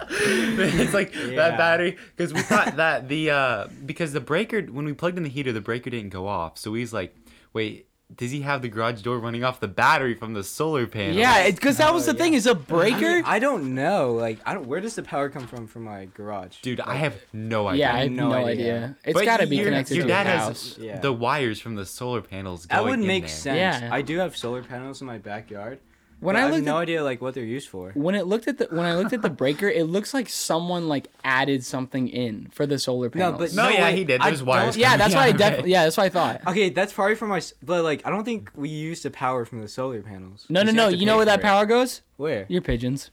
[SPEAKER 1] it's like
[SPEAKER 3] Yeah.
[SPEAKER 1] that battery because we thought that the uh because the breaker when we plugged in the heater the breaker didn't go off so we was like wait does he have the garage door running off the battery from the solar panel
[SPEAKER 2] Yeah, because that was the
[SPEAKER 3] yeah.
[SPEAKER 2] thing. Is a breaker.
[SPEAKER 3] I don't know. Like, I don't. Where does the power come from from my garage?
[SPEAKER 1] dude I have no idea
[SPEAKER 2] Yeah, I have
[SPEAKER 3] no
[SPEAKER 2] no,
[SPEAKER 3] idea.
[SPEAKER 2] idea. It's
[SPEAKER 1] But
[SPEAKER 2] got to be
[SPEAKER 1] your-
[SPEAKER 2] connected
[SPEAKER 1] your
[SPEAKER 2] to
[SPEAKER 1] dad
[SPEAKER 2] the
[SPEAKER 1] has
[SPEAKER 2] house.
[SPEAKER 3] Yeah.
[SPEAKER 1] the wires from the solar panels going
[SPEAKER 3] that would
[SPEAKER 1] in
[SPEAKER 3] make
[SPEAKER 1] there.
[SPEAKER 3] sense.
[SPEAKER 2] Yeah.
[SPEAKER 3] I do have solar panels in my backyard.
[SPEAKER 2] When
[SPEAKER 3] but
[SPEAKER 2] I
[SPEAKER 3] I have
[SPEAKER 2] looked
[SPEAKER 3] no
[SPEAKER 2] at,
[SPEAKER 3] idea like what they're used for.
[SPEAKER 2] when it looked at the when I looked at the breaker, it looks like someone like added something in for the solar panels.
[SPEAKER 3] but
[SPEAKER 1] no,
[SPEAKER 3] No,
[SPEAKER 1] yeah
[SPEAKER 3] wait,
[SPEAKER 1] he did
[SPEAKER 3] I
[SPEAKER 1] there's wires
[SPEAKER 3] don't-
[SPEAKER 2] yeah,
[SPEAKER 1] coming
[SPEAKER 2] that's why
[SPEAKER 1] out
[SPEAKER 2] I
[SPEAKER 1] of
[SPEAKER 2] definitely
[SPEAKER 1] it.
[SPEAKER 2] yeah, that's what I thought.
[SPEAKER 3] Okay, that's probably for my. s- But like, I don't think we use the power from the solar panels.
[SPEAKER 2] No, no,
[SPEAKER 3] Because
[SPEAKER 2] no.
[SPEAKER 3] have to
[SPEAKER 2] You
[SPEAKER 3] pay
[SPEAKER 2] know where
[SPEAKER 3] for
[SPEAKER 2] that
[SPEAKER 3] it.
[SPEAKER 2] power goes?
[SPEAKER 3] Where?
[SPEAKER 2] Your pigeons.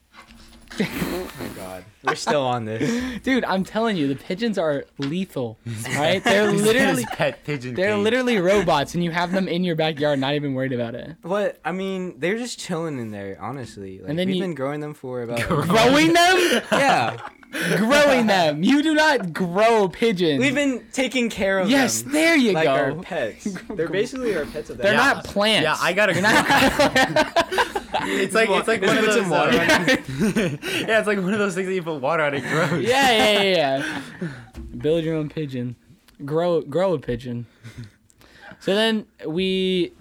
[SPEAKER 3] my god. We're still on this.
[SPEAKER 2] Dude, I'm telling you, the pigeons are lethal. Right? They're literally
[SPEAKER 1] pet pigeon.
[SPEAKER 2] they're
[SPEAKER 1] cage.
[SPEAKER 2] literally robots, and you have them in your backyard, not even worried about it.
[SPEAKER 3] What I mean, they're just chilling in there, honestly. Like
[SPEAKER 2] And then
[SPEAKER 3] we've
[SPEAKER 2] you-
[SPEAKER 3] been growing them for
[SPEAKER 1] Grow-
[SPEAKER 3] about
[SPEAKER 2] Growing them,
[SPEAKER 3] Yeah.
[SPEAKER 2] growing them. You do not grow pigeons.
[SPEAKER 3] We've been taking care of
[SPEAKER 2] yes,
[SPEAKER 3] them.
[SPEAKER 2] there you
[SPEAKER 3] like
[SPEAKER 2] go.
[SPEAKER 3] our pets. They're basically our pets at that
[SPEAKER 2] They're
[SPEAKER 1] Yeah.
[SPEAKER 2] not plants.
[SPEAKER 1] Yeah, I gotta. it's like it's like
[SPEAKER 3] Just
[SPEAKER 1] one of
[SPEAKER 3] put
[SPEAKER 1] those.
[SPEAKER 3] some water
[SPEAKER 1] uh, yeah, it's like one of those things that you put water on it grows.
[SPEAKER 2] yeah, yeah, yeah, yeah. Build your own pigeon. Grow grow a pigeon. So then we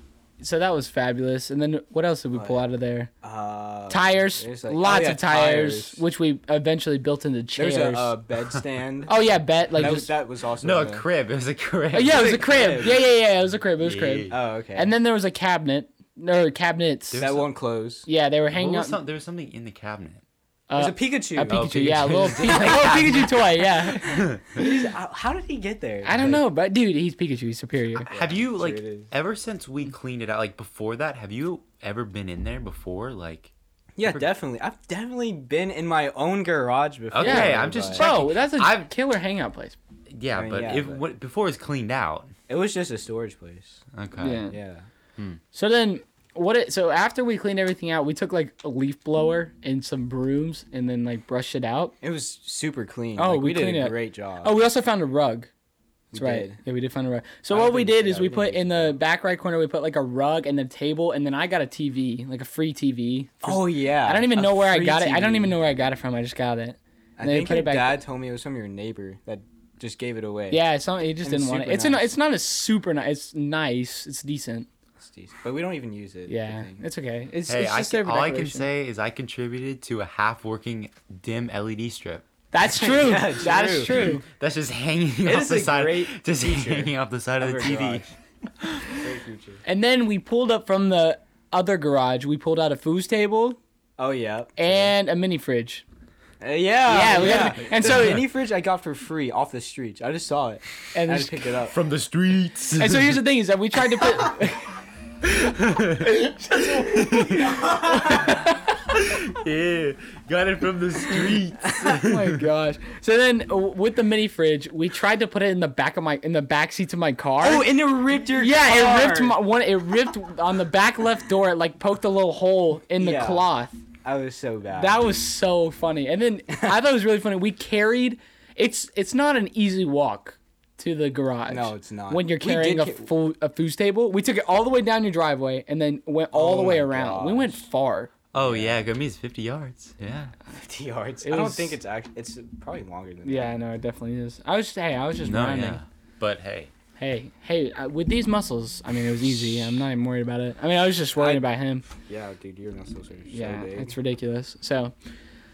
[SPEAKER 2] so that was fabulous. And then what else did we pull out of there?
[SPEAKER 3] Uh,
[SPEAKER 2] Tires.
[SPEAKER 3] there's, Oh, like-
[SPEAKER 2] lots
[SPEAKER 3] oh, yeah,
[SPEAKER 2] of tires, which we eventually built into chairs.
[SPEAKER 3] There's a uh, bed stand.
[SPEAKER 2] oh yeah, bet like
[SPEAKER 3] that, was,
[SPEAKER 2] just
[SPEAKER 3] that was also
[SPEAKER 1] No,
[SPEAKER 3] a-
[SPEAKER 1] a crib. It was a crib.
[SPEAKER 2] Oh, yeah, it was a
[SPEAKER 3] crib.
[SPEAKER 2] crib. Yeah, yeah, yeah, it was a crib. It was a crib. Uh,
[SPEAKER 1] Yeah.
[SPEAKER 3] Oh, okay.
[SPEAKER 2] And then there was a cabinet. No cabinets.
[SPEAKER 3] that won't close.
[SPEAKER 2] yeah, they were
[SPEAKER 1] What
[SPEAKER 2] hanging
[SPEAKER 1] was
[SPEAKER 2] out.
[SPEAKER 1] some- there was something in the cabinet.
[SPEAKER 2] uh,
[SPEAKER 3] There's a Pikachu.
[SPEAKER 2] a Pikachu,
[SPEAKER 1] Oh,
[SPEAKER 2] yeah, a little,
[SPEAKER 1] Pikachu.
[SPEAKER 2] Pi- a little Pikachu toy, yeah.
[SPEAKER 3] He's- how- how did he get there?
[SPEAKER 2] I don't know, but dude, he's Pikachu. He's superior.
[SPEAKER 1] Have you
[SPEAKER 3] sure
[SPEAKER 1] like
[SPEAKER 3] it is.
[SPEAKER 1] ever since we cleaned it out? Like before that, have you ever been in there before? Like
[SPEAKER 3] Yeah, definitely. I've definitely been in my own garage before.
[SPEAKER 1] Okay,
[SPEAKER 3] Yeah,
[SPEAKER 1] I'm just
[SPEAKER 3] but
[SPEAKER 2] Bro, that's a
[SPEAKER 1] I've-
[SPEAKER 2] killer hangout place.
[SPEAKER 1] yeah,
[SPEAKER 3] I mean,
[SPEAKER 1] but
[SPEAKER 3] yeah,
[SPEAKER 1] if
[SPEAKER 3] but-
[SPEAKER 1] What, before it's cleaned out.
[SPEAKER 3] It was just a storage place.
[SPEAKER 1] Okay.
[SPEAKER 2] Yeah.
[SPEAKER 3] Yeah.
[SPEAKER 2] So then, what? It, so after we cleaned everything out, we took like a leaf blower and some brooms, and then like brushed it out.
[SPEAKER 3] It was super clean.
[SPEAKER 2] Oh,
[SPEAKER 3] Like,
[SPEAKER 2] we
[SPEAKER 3] we, did
[SPEAKER 2] cleaned
[SPEAKER 3] a
[SPEAKER 2] it.
[SPEAKER 3] great job.
[SPEAKER 2] Oh, we also found a rug. That's
[SPEAKER 3] We
[SPEAKER 2] right.
[SPEAKER 3] did.
[SPEAKER 2] Yeah, we did find a rug. So
[SPEAKER 3] I don't
[SPEAKER 2] what we
[SPEAKER 3] think-
[SPEAKER 2] did
[SPEAKER 3] yeah,
[SPEAKER 2] is
[SPEAKER 3] we
[SPEAKER 2] we
[SPEAKER 3] didn't
[SPEAKER 2] put
[SPEAKER 3] use
[SPEAKER 2] in the back right corner, we put like a rug and a table, and then I got a TV, like a free TV. for-
[SPEAKER 3] Oh, yeah.
[SPEAKER 2] I don't even
[SPEAKER 3] a
[SPEAKER 2] know where I
[SPEAKER 3] free
[SPEAKER 2] got it. I don't
[SPEAKER 3] TV.
[SPEAKER 2] even know where I got it from. I just got it.
[SPEAKER 3] I
[SPEAKER 2] and they
[SPEAKER 3] think
[SPEAKER 2] put
[SPEAKER 3] your
[SPEAKER 2] it back-
[SPEAKER 3] dad told me it was from your neighbor that just gave it away.
[SPEAKER 2] Yeah, it's not, he just
[SPEAKER 3] And it's
[SPEAKER 2] didn't want it.
[SPEAKER 3] super
[SPEAKER 2] It's an,
[SPEAKER 3] nice.
[SPEAKER 2] it's not a super nice. It's nice. It's decent.
[SPEAKER 3] It's decent. But we don't even use it. I
[SPEAKER 2] Yeah,
[SPEAKER 3] think.
[SPEAKER 2] it's okay. It's,
[SPEAKER 1] Hey,
[SPEAKER 2] it's
[SPEAKER 1] I
[SPEAKER 2] just
[SPEAKER 1] can,
[SPEAKER 2] there for
[SPEAKER 1] all I can
[SPEAKER 2] decoration.
[SPEAKER 1] say is I contributed to a half-working dim LED strip.
[SPEAKER 2] That's true.
[SPEAKER 3] Yeah,
[SPEAKER 2] that is
[SPEAKER 3] true.
[SPEAKER 2] true.
[SPEAKER 1] That's just hanging
[SPEAKER 3] It
[SPEAKER 1] off
[SPEAKER 3] is
[SPEAKER 1] the
[SPEAKER 3] a
[SPEAKER 1] side,
[SPEAKER 3] great
[SPEAKER 1] just
[SPEAKER 3] feature
[SPEAKER 1] hanging off the side of the
[SPEAKER 3] Our
[SPEAKER 1] TV.
[SPEAKER 3] garage. Great future.
[SPEAKER 2] And then we pulled up from the other garage. We pulled out a foos table
[SPEAKER 3] Oh, yeah.
[SPEAKER 2] and a mini fridge.
[SPEAKER 3] Uh, yeah.
[SPEAKER 2] Yeah, we got the- and
[SPEAKER 3] the
[SPEAKER 2] so-
[SPEAKER 3] mini fridge I got for free off the streets. I just saw it.
[SPEAKER 2] And,
[SPEAKER 3] I just picked it up.
[SPEAKER 1] From the streets.
[SPEAKER 2] and so here's the thing is that we tried to put
[SPEAKER 1] yeah, got it from the streets.
[SPEAKER 2] Oh my gosh. So then uh, with the mini fridge, we tried to put it in the back of my in the back seats of my car.
[SPEAKER 3] Oh, and it ripped your
[SPEAKER 2] yeah,
[SPEAKER 3] car.
[SPEAKER 2] it ripped my, one it ripped on the back left door, it like poked a little hole in the
[SPEAKER 3] Yeah.
[SPEAKER 2] cloth.
[SPEAKER 3] I was so bad.
[SPEAKER 2] That was so funny. And then I thought it was really funny. We carried. It's it's not an easy walk to the garage.
[SPEAKER 3] No, it's not.
[SPEAKER 2] When you're
[SPEAKER 3] We did
[SPEAKER 2] carrying a
[SPEAKER 3] ca-
[SPEAKER 2] food a food table, we took it all the way down your driveway and then went all
[SPEAKER 3] Oh
[SPEAKER 2] the way
[SPEAKER 3] my
[SPEAKER 2] around. We went far.
[SPEAKER 1] Oh yeah, it got me it's 50 yards. Yeah.
[SPEAKER 3] 50 yards.
[SPEAKER 2] It
[SPEAKER 3] I don't
[SPEAKER 2] was-
[SPEAKER 3] think it's actually. It's probably longer than
[SPEAKER 2] Yeah, no, it definitely is. I was just hey, I was just
[SPEAKER 1] No,
[SPEAKER 2] rhyming.
[SPEAKER 1] yeah. But hey,
[SPEAKER 2] Hey, hey, uh, with these muscles, I mean, it was easy. I'm not even worried about it. I mean, I was just worried
[SPEAKER 3] I-
[SPEAKER 2] about him.
[SPEAKER 3] that. Yeah, dude, your muscles are so
[SPEAKER 2] yeah,
[SPEAKER 3] big.
[SPEAKER 2] it's ridiculous. So,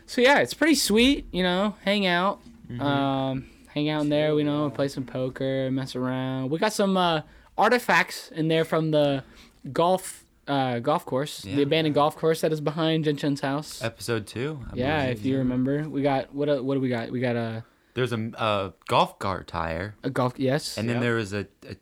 [SPEAKER 2] so yeah, it's pretty sweet. You know, hang out,
[SPEAKER 1] Mm-hmm.
[SPEAKER 2] um, hang out in there. We know, play some poker, mess around. We got some uh, artifacts in there from the golf uh, golf course,
[SPEAKER 1] Yeah.
[SPEAKER 2] the abandoned golf course that is behind Jin Chen's house.
[SPEAKER 1] episode two. I
[SPEAKER 2] yeah,
[SPEAKER 1] believe.
[SPEAKER 2] if you remember, we got what? uh, What do we got? We got a,
[SPEAKER 1] There's a, a golf cart tire,
[SPEAKER 2] a golf. Yes,
[SPEAKER 1] and
[SPEAKER 3] Yeah.
[SPEAKER 1] then there was a a,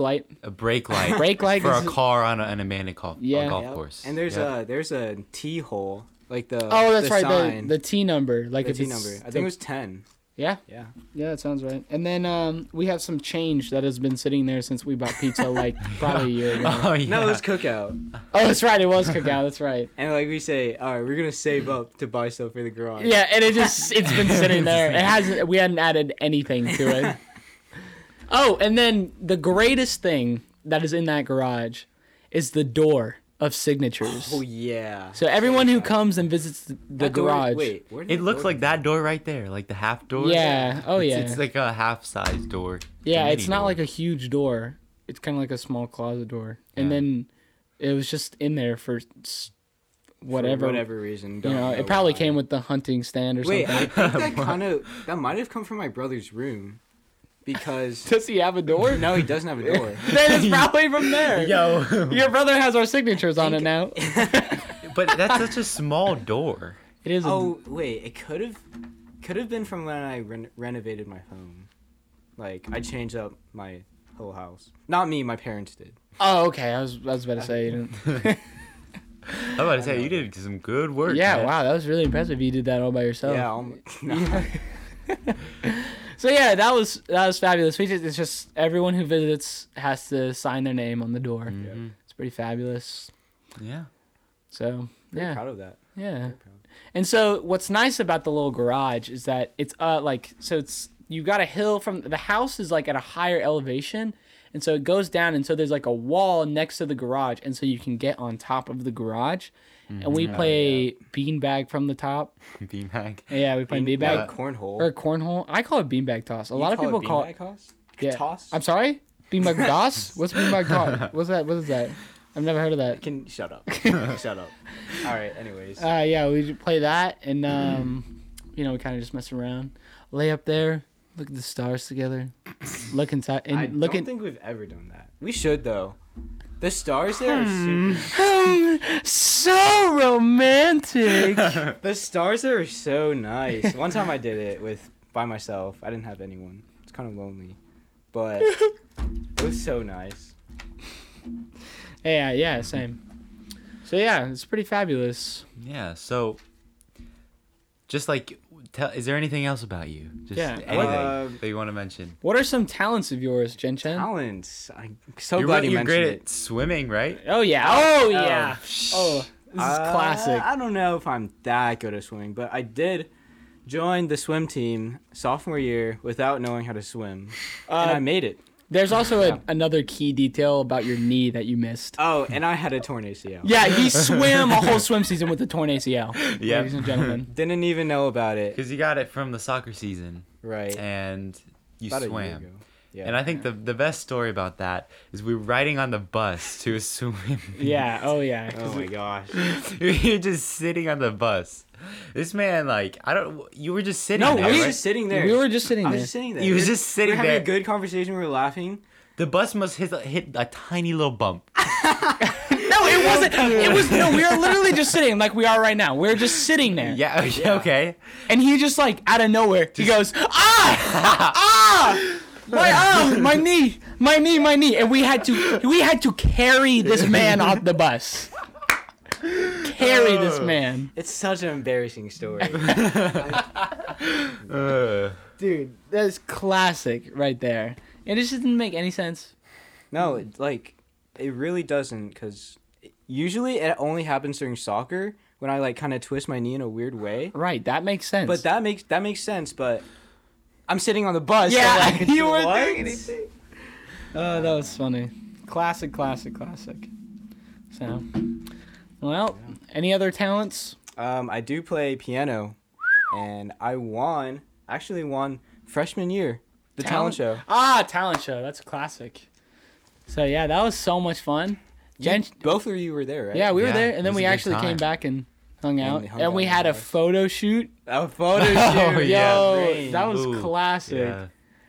[SPEAKER 2] light.
[SPEAKER 1] a brake light.
[SPEAKER 2] Brake light
[SPEAKER 1] for
[SPEAKER 2] is-
[SPEAKER 1] a car on a, an abandoned golf, a
[SPEAKER 2] Yeah.
[SPEAKER 1] golf
[SPEAKER 3] Yep.
[SPEAKER 1] course.
[SPEAKER 3] And there's
[SPEAKER 1] Yep.
[SPEAKER 3] a there's a T hole like the
[SPEAKER 2] Oh, that's
[SPEAKER 3] the
[SPEAKER 2] right.
[SPEAKER 3] sign,
[SPEAKER 2] The the T number, like
[SPEAKER 3] the
[SPEAKER 2] if
[SPEAKER 3] T
[SPEAKER 2] it's-
[SPEAKER 3] number. I think it was ten.
[SPEAKER 2] yeah.
[SPEAKER 3] Yeah.
[SPEAKER 2] Yeah, that sounds right. And then um, we have some change that has been sitting there since we bought pizza like probably a year ago.
[SPEAKER 1] Oh yeah.
[SPEAKER 3] No, it was cookout.
[SPEAKER 2] Oh, that's right. It was cookout. That's right.
[SPEAKER 3] And like we say, all right, we're gonna save up to buy stuff for the garage.
[SPEAKER 2] Yeah, and it just it's been sitting there. It hasn't. We hadn't added anything to it. Oh, and then the greatest thing that is in that garage is the door of signatures.
[SPEAKER 3] Oh yeah.
[SPEAKER 2] So everyone who comes and visits the, the
[SPEAKER 3] That door-
[SPEAKER 2] garage.
[SPEAKER 3] wait, where did
[SPEAKER 1] it
[SPEAKER 3] that
[SPEAKER 1] looks
[SPEAKER 3] door
[SPEAKER 1] like that door right there, like the half door.
[SPEAKER 2] Yeah. Oh
[SPEAKER 1] It's-
[SPEAKER 2] yeah.
[SPEAKER 1] It's, like a half size door.
[SPEAKER 2] Yeah,
[SPEAKER 1] a
[SPEAKER 2] it's
[SPEAKER 1] mini
[SPEAKER 2] not
[SPEAKER 1] door.
[SPEAKER 2] like a huge door. It's kind of like a small closet door. And
[SPEAKER 1] Yeah.
[SPEAKER 2] then it was just in there for s-
[SPEAKER 3] for
[SPEAKER 2] whatever.
[SPEAKER 3] whatever reason.
[SPEAKER 2] You
[SPEAKER 3] don't
[SPEAKER 2] know, it probably
[SPEAKER 3] why.
[SPEAKER 2] came with the hunting stand or
[SPEAKER 3] Wait, I
[SPEAKER 2] something.
[SPEAKER 3] think that kind of that might have come from my brother's room, because
[SPEAKER 2] Does he have a door?
[SPEAKER 3] no, he doesn't have a door.
[SPEAKER 2] Then it's probably from there.
[SPEAKER 1] Yo,
[SPEAKER 2] Your brother has our signatures on it now.
[SPEAKER 1] but that's such a small door.
[SPEAKER 2] It is. Oh,
[SPEAKER 3] Oh wait, it could have, could have been from when I ren- renovated my home, like I changed up my whole house. Not me, my parents did.
[SPEAKER 2] oh okay. I was, I was about to say. You didn't-
[SPEAKER 1] I'm about to say you did some good work.
[SPEAKER 2] yeah,
[SPEAKER 1] man.
[SPEAKER 2] wow, that was really impressive. You did that all by yourself.
[SPEAKER 3] Yeah. I'm,
[SPEAKER 2] So yeah, that was that was fabulous. We just, it's just everyone who visits has to sign their name on the door. It's pretty fabulous.
[SPEAKER 1] Yeah.
[SPEAKER 2] So
[SPEAKER 3] yeah.
[SPEAKER 2] yeah,
[SPEAKER 3] Proud of that.
[SPEAKER 2] yeah.
[SPEAKER 3] proud.
[SPEAKER 2] And so what's nice about the little garage is that it's uh like so it's you got a hill from the house is like at a higher elevation, and so it goes down, and so there's like a wall next to the garage, and so you can get on top of the garage, and we play beanbag from the top.
[SPEAKER 1] BMAC.
[SPEAKER 2] Yeah, we play beanbag.
[SPEAKER 3] Like
[SPEAKER 1] Yeah.
[SPEAKER 3] cornhole.
[SPEAKER 2] Or cornhole. I call it beanbag toss. A lot of people call it
[SPEAKER 3] toss.
[SPEAKER 2] Yeah.
[SPEAKER 3] Toss.
[SPEAKER 2] I'm sorry? Beanbag Doss? What's Beanbag Doss? What's that? What is that? I've never heard of that.
[SPEAKER 3] Can shut up. shut up. All right. Anyways.
[SPEAKER 2] Uh, yeah, we just play that and, um, you know, we kind of just mess around. Lay up there, look at the stars together, look inside,
[SPEAKER 3] I
[SPEAKER 2] and look
[SPEAKER 3] don't
[SPEAKER 2] at.
[SPEAKER 3] think we've ever done that. We should though. The stars there are
[SPEAKER 2] Hmm.
[SPEAKER 3] super.
[SPEAKER 2] so romantic!
[SPEAKER 3] The stars there are so nice. One time I did it with by myself. I didn't have anyone. It's kind of lonely, but it was so nice.
[SPEAKER 2] yeah, yeah, same. So, yeah, it's pretty fabulous.
[SPEAKER 1] Yeah. So, just like, tell, is there anything else about you? Just
[SPEAKER 2] Yeah.
[SPEAKER 1] anything
[SPEAKER 3] Um,
[SPEAKER 1] that you want to mention?
[SPEAKER 2] What are some talents of yours, Jen Chen?
[SPEAKER 3] Talents. I'm so
[SPEAKER 1] you're
[SPEAKER 3] glad
[SPEAKER 1] re-
[SPEAKER 3] you
[SPEAKER 1] you're
[SPEAKER 3] mentioned
[SPEAKER 1] great
[SPEAKER 3] it.
[SPEAKER 1] at swimming, right?
[SPEAKER 2] Oh, yeah. Oh, yeah.
[SPEAKER 1] sh-
[SPEAKER 2] Oh, this is
[SPEAKER 3] Uh,
[SPEAKER 2] classic.
[SPEAKER 3] I don't know if I'm that good at swimming, but I did join the swim team sophomore year without knowing how to swim, and
[SPEAKER 2] Uh,
[SPEAKER 3] I made it.
[SPEAKER 2] There's also a, another key detail about your knee that you missed.
[SPEAKER 3] Oh, and I had a torn ACL.
[SPEAKER 2] Yeah, he swam a whole swim season with a torn ACL.
[SPEAKER 1] Yeah.
[SPEAKER 2] Ladies and gentlemen.
[SPEAKER 3] Didn't even know about it.
[SPEAKER 1] Because you got it from the soccer season,
[SPEAKER 3] Right.
[SPEAKER 1] and you
[SPEAKER 3] About a year
[SPEAKER 1] swam.
[SPEAKER 3] ago. Yeah.
[SPEAKER 1] And I think the the best story about that is we were riding on the bus to a swim.
[SPEAKER 2] Yeah, oh yeah. 'cause
[SPEAKER 3] oh my gosh.
[SPEAKER 1] You're just sitting on the bus. This man, like, I don't. You were just sitting.
[SPEAKER 2] No,
[SPEAKER 1] there,
[SPEAKER 3] I was
[SPEAKER 1] right?
[SPEAKER 3] just sitting there.
[SPEAKER 2] We were just sitting
[SPEAKER 3] I
[SPEAKER 2] there.
[SPEAKER 3] was just sitting there.
[SPEAKER 1] He was
[SPEAKER 3] We were-
[SPEAKER 1] just sitting
[SPEAKER 3] we were having
[SPEAKER 1] there.
[SPEAKER 3] a good conversation. We were laughing.
[SPEAKER 1] the bus must hit hit a tiny little bump.
[SPEAKER 2] No, it wasn't. It was no. We were literally just sitting like we are right now. We are just sitting there.
[SPEAKER 1] Yeah. Okay.
[SPEAKER 2] And he just like out of nowhere, he goes ah ah my ah my knee my knee my knee, and we had to we had to carry this man off the bus. Carry
[SPEAKER 3] Oh.
[SPEAKER 2] this man.
[SPEAKER 3] It's such an embarrassing story.
[SPEAKER 1] Uh,
[SPEAKER 2] Dude, that's classic right there. It just didn't make any sense.
[SPEAKER 3] no, it, like, it really doesn't because usually it only happens during soccer when I, like, kind of twist my knee in a weird way.
[SPEAKER 2] Right, that makes sense.
[SPEAKER 3] But that makes that makes sense, but I'm sitting on the bus. so,
[SPEAKER 2] Yeah,
[SPEAKER 3] like,
[SPEAKER 2] you weren't
[SPEAKER 3] what?
[SPEAKER 2] doing anything. Oh, that was funny. Classic, classic, classic. So, well, any other talents?
[SPEAKER 3] Um, I do play piano, and I won, actually won freshman year, the talent, show.
[SPEAKER 2] Ah, talent show. That's a classic. So yeah, that was so much fun. Jen,
[SPEAKER 3] Both of you were there, right?
[SPEAKER 2] yeah, we were
[SPEAKER 1] Yeah,
[SPEAKER 2] there, and
[SPEAKER 1] it
[SPEAKER 2] then
[SPEAKER 1] was
[SPEAKER 2] we
[SPEAKER 1] a good
[SPEAKER 2] actually came
[SPEAKER 1] time.
[SPEAKER 2] back and hung out,
[SPEAKER 3] we
[SPEAKER 2] and
[SPEAKER 3] hung
[SPEAKER 2] we,
[SPEAKER 3] out
[SPEAKER 2] had a
[SPEAKER 3] after.
[SPEAKER 2] photo shoot.
[SPEAKER 3] A photo shoot.
[SPEAKER 1] Oh, yeah.
[SPEAKER 2] Yo,
[SPEAKER 3] Green.
[SPEAKER 2] that was
[SPEAKER 1] Ooh,
[SPEAKER 2] classic.
[SPEAKER 1] yeah.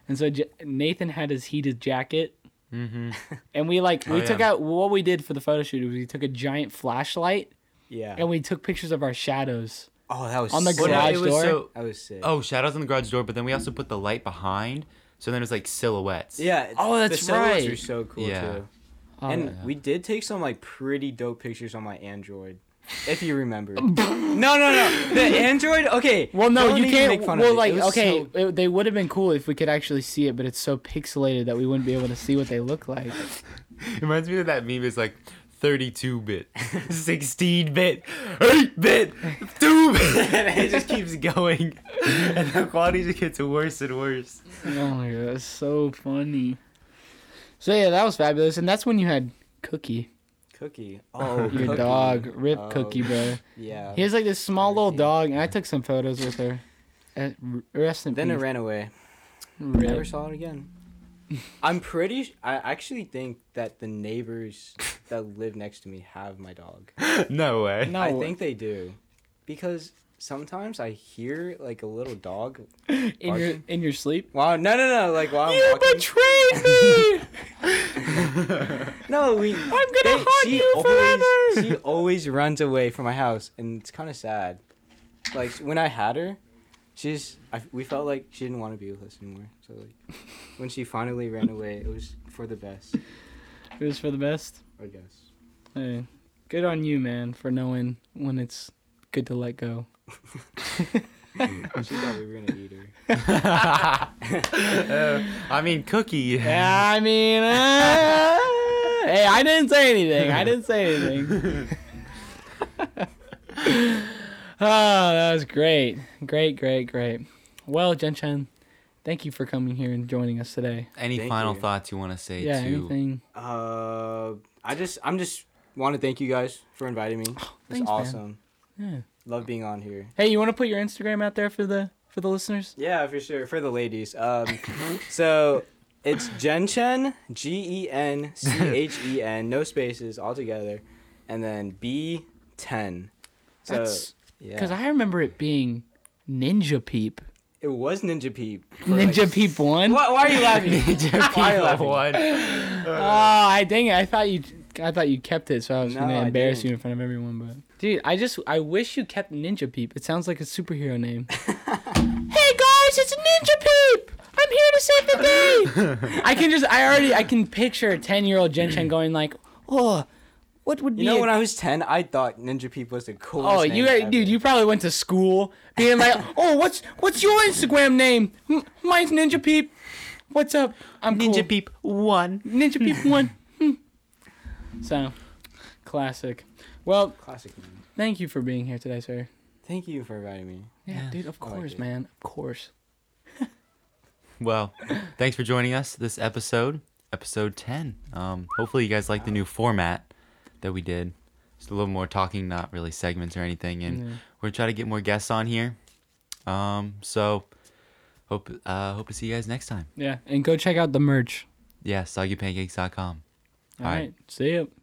[SPEAKER 2] And so J- Nathan had his heated jacket. And we like we
[SPEAKER 1] Mm-hmm. Oh,
[SPEAKER 2] took
[SPEAKER 1] yeah.
[SPEAKER 2] out what we did for the photo shoot was we took a giant flashlight
[SPEAKER 3] Yeah.
[SPEAKER 2] and we took pictures of our shadows.
[SPEAKER 3] oh, that was
[SPEAKER 2] on the
[SPEAKER 3] sick.
[SPEAKER 1] well, no,
[SPEAKER 2] garage
[SPEAKER 1] it was
[SPEAKER 2] door?
[SPEAKER 1] so.
[SPEAKER 3] That was sick.
[SPEAKER 1] Oh, shadows on the garage door, but then we also put the light behind, so then it was like silhouettes.
[SPEAKER 3] Yeah.
[SPEAKER 2] Oh,
[SPEAKER 3] the
[SPEAKER 2] that's
[SPEAKER 3] silhouettes
[SPEAKER 2] right.
[SPEAKER 3] Were so cool
[SPEAKER 1] Yeah.
[SPEAKER 3] too.
[SPEAKER 2] Oh,
[SPEAKER 3] and
[SPEAKER 2] yeah.
[SPEAKER 3] we did take some like pretty dope pictures on my Android, if you remember. no, no, no. The Android. Okay.
[SPEAKER 2] well, no,
[SPEAKER 3] don't
[SPEAKER 2] you
[SPEAKER 3] even
[SPEAKER 2] can't.
[SPEAKER 3] Make fun
[SPEAKER 2] well,
[SPEAKER 3] of it.
[SPEAKER 2] like
[SPEAKER 3] It was
[SPEAKER 2] okay,
[SPEAKER 3] so-
[SPEAKER 2] it, they would have been cool if we could actually see it, but it's so pixelated that we wouldn't be able to see what they look like.
[SPEAKER 1] It reminds me of that meme. It's like 32 bit, 16 bit, 8 bit, 2 bit. And it just keeps going. And the quality just gets worse and worse.
[SPEAKER 2] oh my god, that's so funny. So yeah, that was fabulous, and that's when you had Cookie,
[SPEAKER 3] Cookie. Oh,
[SPEAKER 2] your
[SPEAKER 3] Cookie.
[SPEAKER 2] dog, Rip
[SPEAKER 3] Oh.
[SPEAKER 2] Cookie, bro.
[SPEAKER 3] Yeah.
[SPEAKER 2] He has like this small little
[SPEAKER 3] Cookie.
[SPEAKER 2] dog, and I took some photos with her. Uh, Rest in
[SPEAKER 3] Then it
[SPEAKER 2] peace.
[SPEAKER 3] ran away.
[SPEAKER 2] Rip.
[SPEAKER 3] Never saw it again. I'm pretty. s- I actually think that the neighbors that live next to me have my dog.
[SPEAKER 1] No way.
[SPEAKER 2] No,
[SPEAKER 3] I think they do, because sometimes I hear like a little dog.
[SPEAKER 2] in your in your sleep.
[SPEAKER 3] Wow. No, no, no. Like while I'm
[SPEAKER 2] You
[SPEAKER 3] walking.
[SPEAKER 2] betrayed me.
[SPEAKER 3] No, we. I'm gonna
[SPEAKER 2] haunt you forever.
[SPEAKER 3] She always runs away from my house, and it's kind of sad. Like when I had her, she's. I, we felt like she didn't want to be with us anymore. So like, when she finally ran away, it was for the best,
[SPEAKER 2] it was for the best.
[SPEAKER 3] I guess.
[SPEAKER 2] Hey, Good on you, man, for knowing when it's good to let go.
[SPEAKER 3] She thought we were gonna eat her.
[SPEAKER 1] Uh, I mean, Cookie.
[SPEAKER 2] I mean, uh, hey, I didn't say anything. I didn't say anything. oh, that was great. Great, great, great. Well, Jen Chen, thank you for coming here and joining us today.
[SPEAKER 1] Any
[SPEAKER 3] Thank
[SPEAKER 1] final
[SPEAKER 3] you.
[SPEAKER 1] thoughts you want to say
[SPEAKER 2] yeah,
[SPEAKER 1] to
[SPEAKER 2] anything.
[SPEAKER 3] Uh, I just, I'm just want to thank you guys for inviting me. It's
[SPEAKER 2] Oh, thanks, man.
[SPEAKER 3] awesome.
[SPEAKER 2] Yeah.
[SPEAKER 3] Love being on here.
[SPEAKER 2] Hey, you want to put your Instagram out there for the for the listeners?
[SPEAKER 3] Yeah, for sure. For the ladies. Um, so it's Gen Chen, G E N C H E N, no spaces all together, and then B ten. So
[SPEAKER 2] That's
[SPEAKER 3] yeah,
[SPEAKER 2] because I remember it being Ninja Peep.
[SPEAKER 3] it was Ninja Peep. for,
[SPEAKER 2] Ninja
[SPEAKER 3] like-
[SPEAKER 2] Peep one.
[SPEAKER 3] Why, why are you laughing? Ninja Why are you laughing?
[SPEAKER 2] Oh, I dang it! I thought you, I thought you kept it, so I was
[SPEAKER 3] No,
[SPEAKER 2] gonna
[SPEAKER 3] I
[SPEAKER 2] embarrass
[SPEAKER 3] didn't.
[SPEAKER 2] you in front of everyone. But dude, I just, I wish you kept Ninja Peep. It sounds like a superhero name. hey guys, it's Ninja Peep. I'm here to save the day. I can just, I already, I can picture a ten-year-old Jen Chen going like, oh, what would be?
[SPEAKER 3] You know,
[SPEAKER 2] a-
[SPEAKER 3] when I was ten, I thought Ninja Peep was the coolest.
[SPEAKER 2] Oh, you
[SPEAKER 3] name
[SPEAKER 2] already-
[SPEAKER 3] ever.
[SPEAKER 2] dude, you probably went to school being like, "Oh, what's what's your Instagram name? Hmm, Mine's Ninja Peep. What's up? I'm
[SPEAKER 1] you?
[SPEAKER 2] cool.
[SPEAKER 1] Ninja Peep 1.
[SPEAKER 2] Ninja Peep one. Hmm. so, classic. Well,
[SPEAKER 3] Classic. name.
[SPEAKER 2] thank you for being here today, sir.
[SPEAKER 3] Thank you for inviting me.
[SPEAKER 2] Yeah, dude, of
[SPEAKER 3] I like
[SPEAKER 2] course,
[SPEAKER 3] it.
[SPEAKER 2] man, of course.
[SPEAKER 1] Well, thanks for joining us this episode, episode 10. Um, hopefully, you guys like the new format that we did. Just a little more talking, not really segments or anything. And
[SPEAKER 2] Yeah.
[SPEAKER 1] we're going to try to get more guests on here. Um, so, hope uh, hope to see you guys next time.
[SPEAKER 2] Yeah, and go check out the merch.
[SPEAKER 1] Yeah, soggypancakes.com.
[SPEAKER 2] All
[SPEAKER 1] All
[SPEAKER 2] right,
[SPEAKER 1] right.
[SPEAKER 2] see you.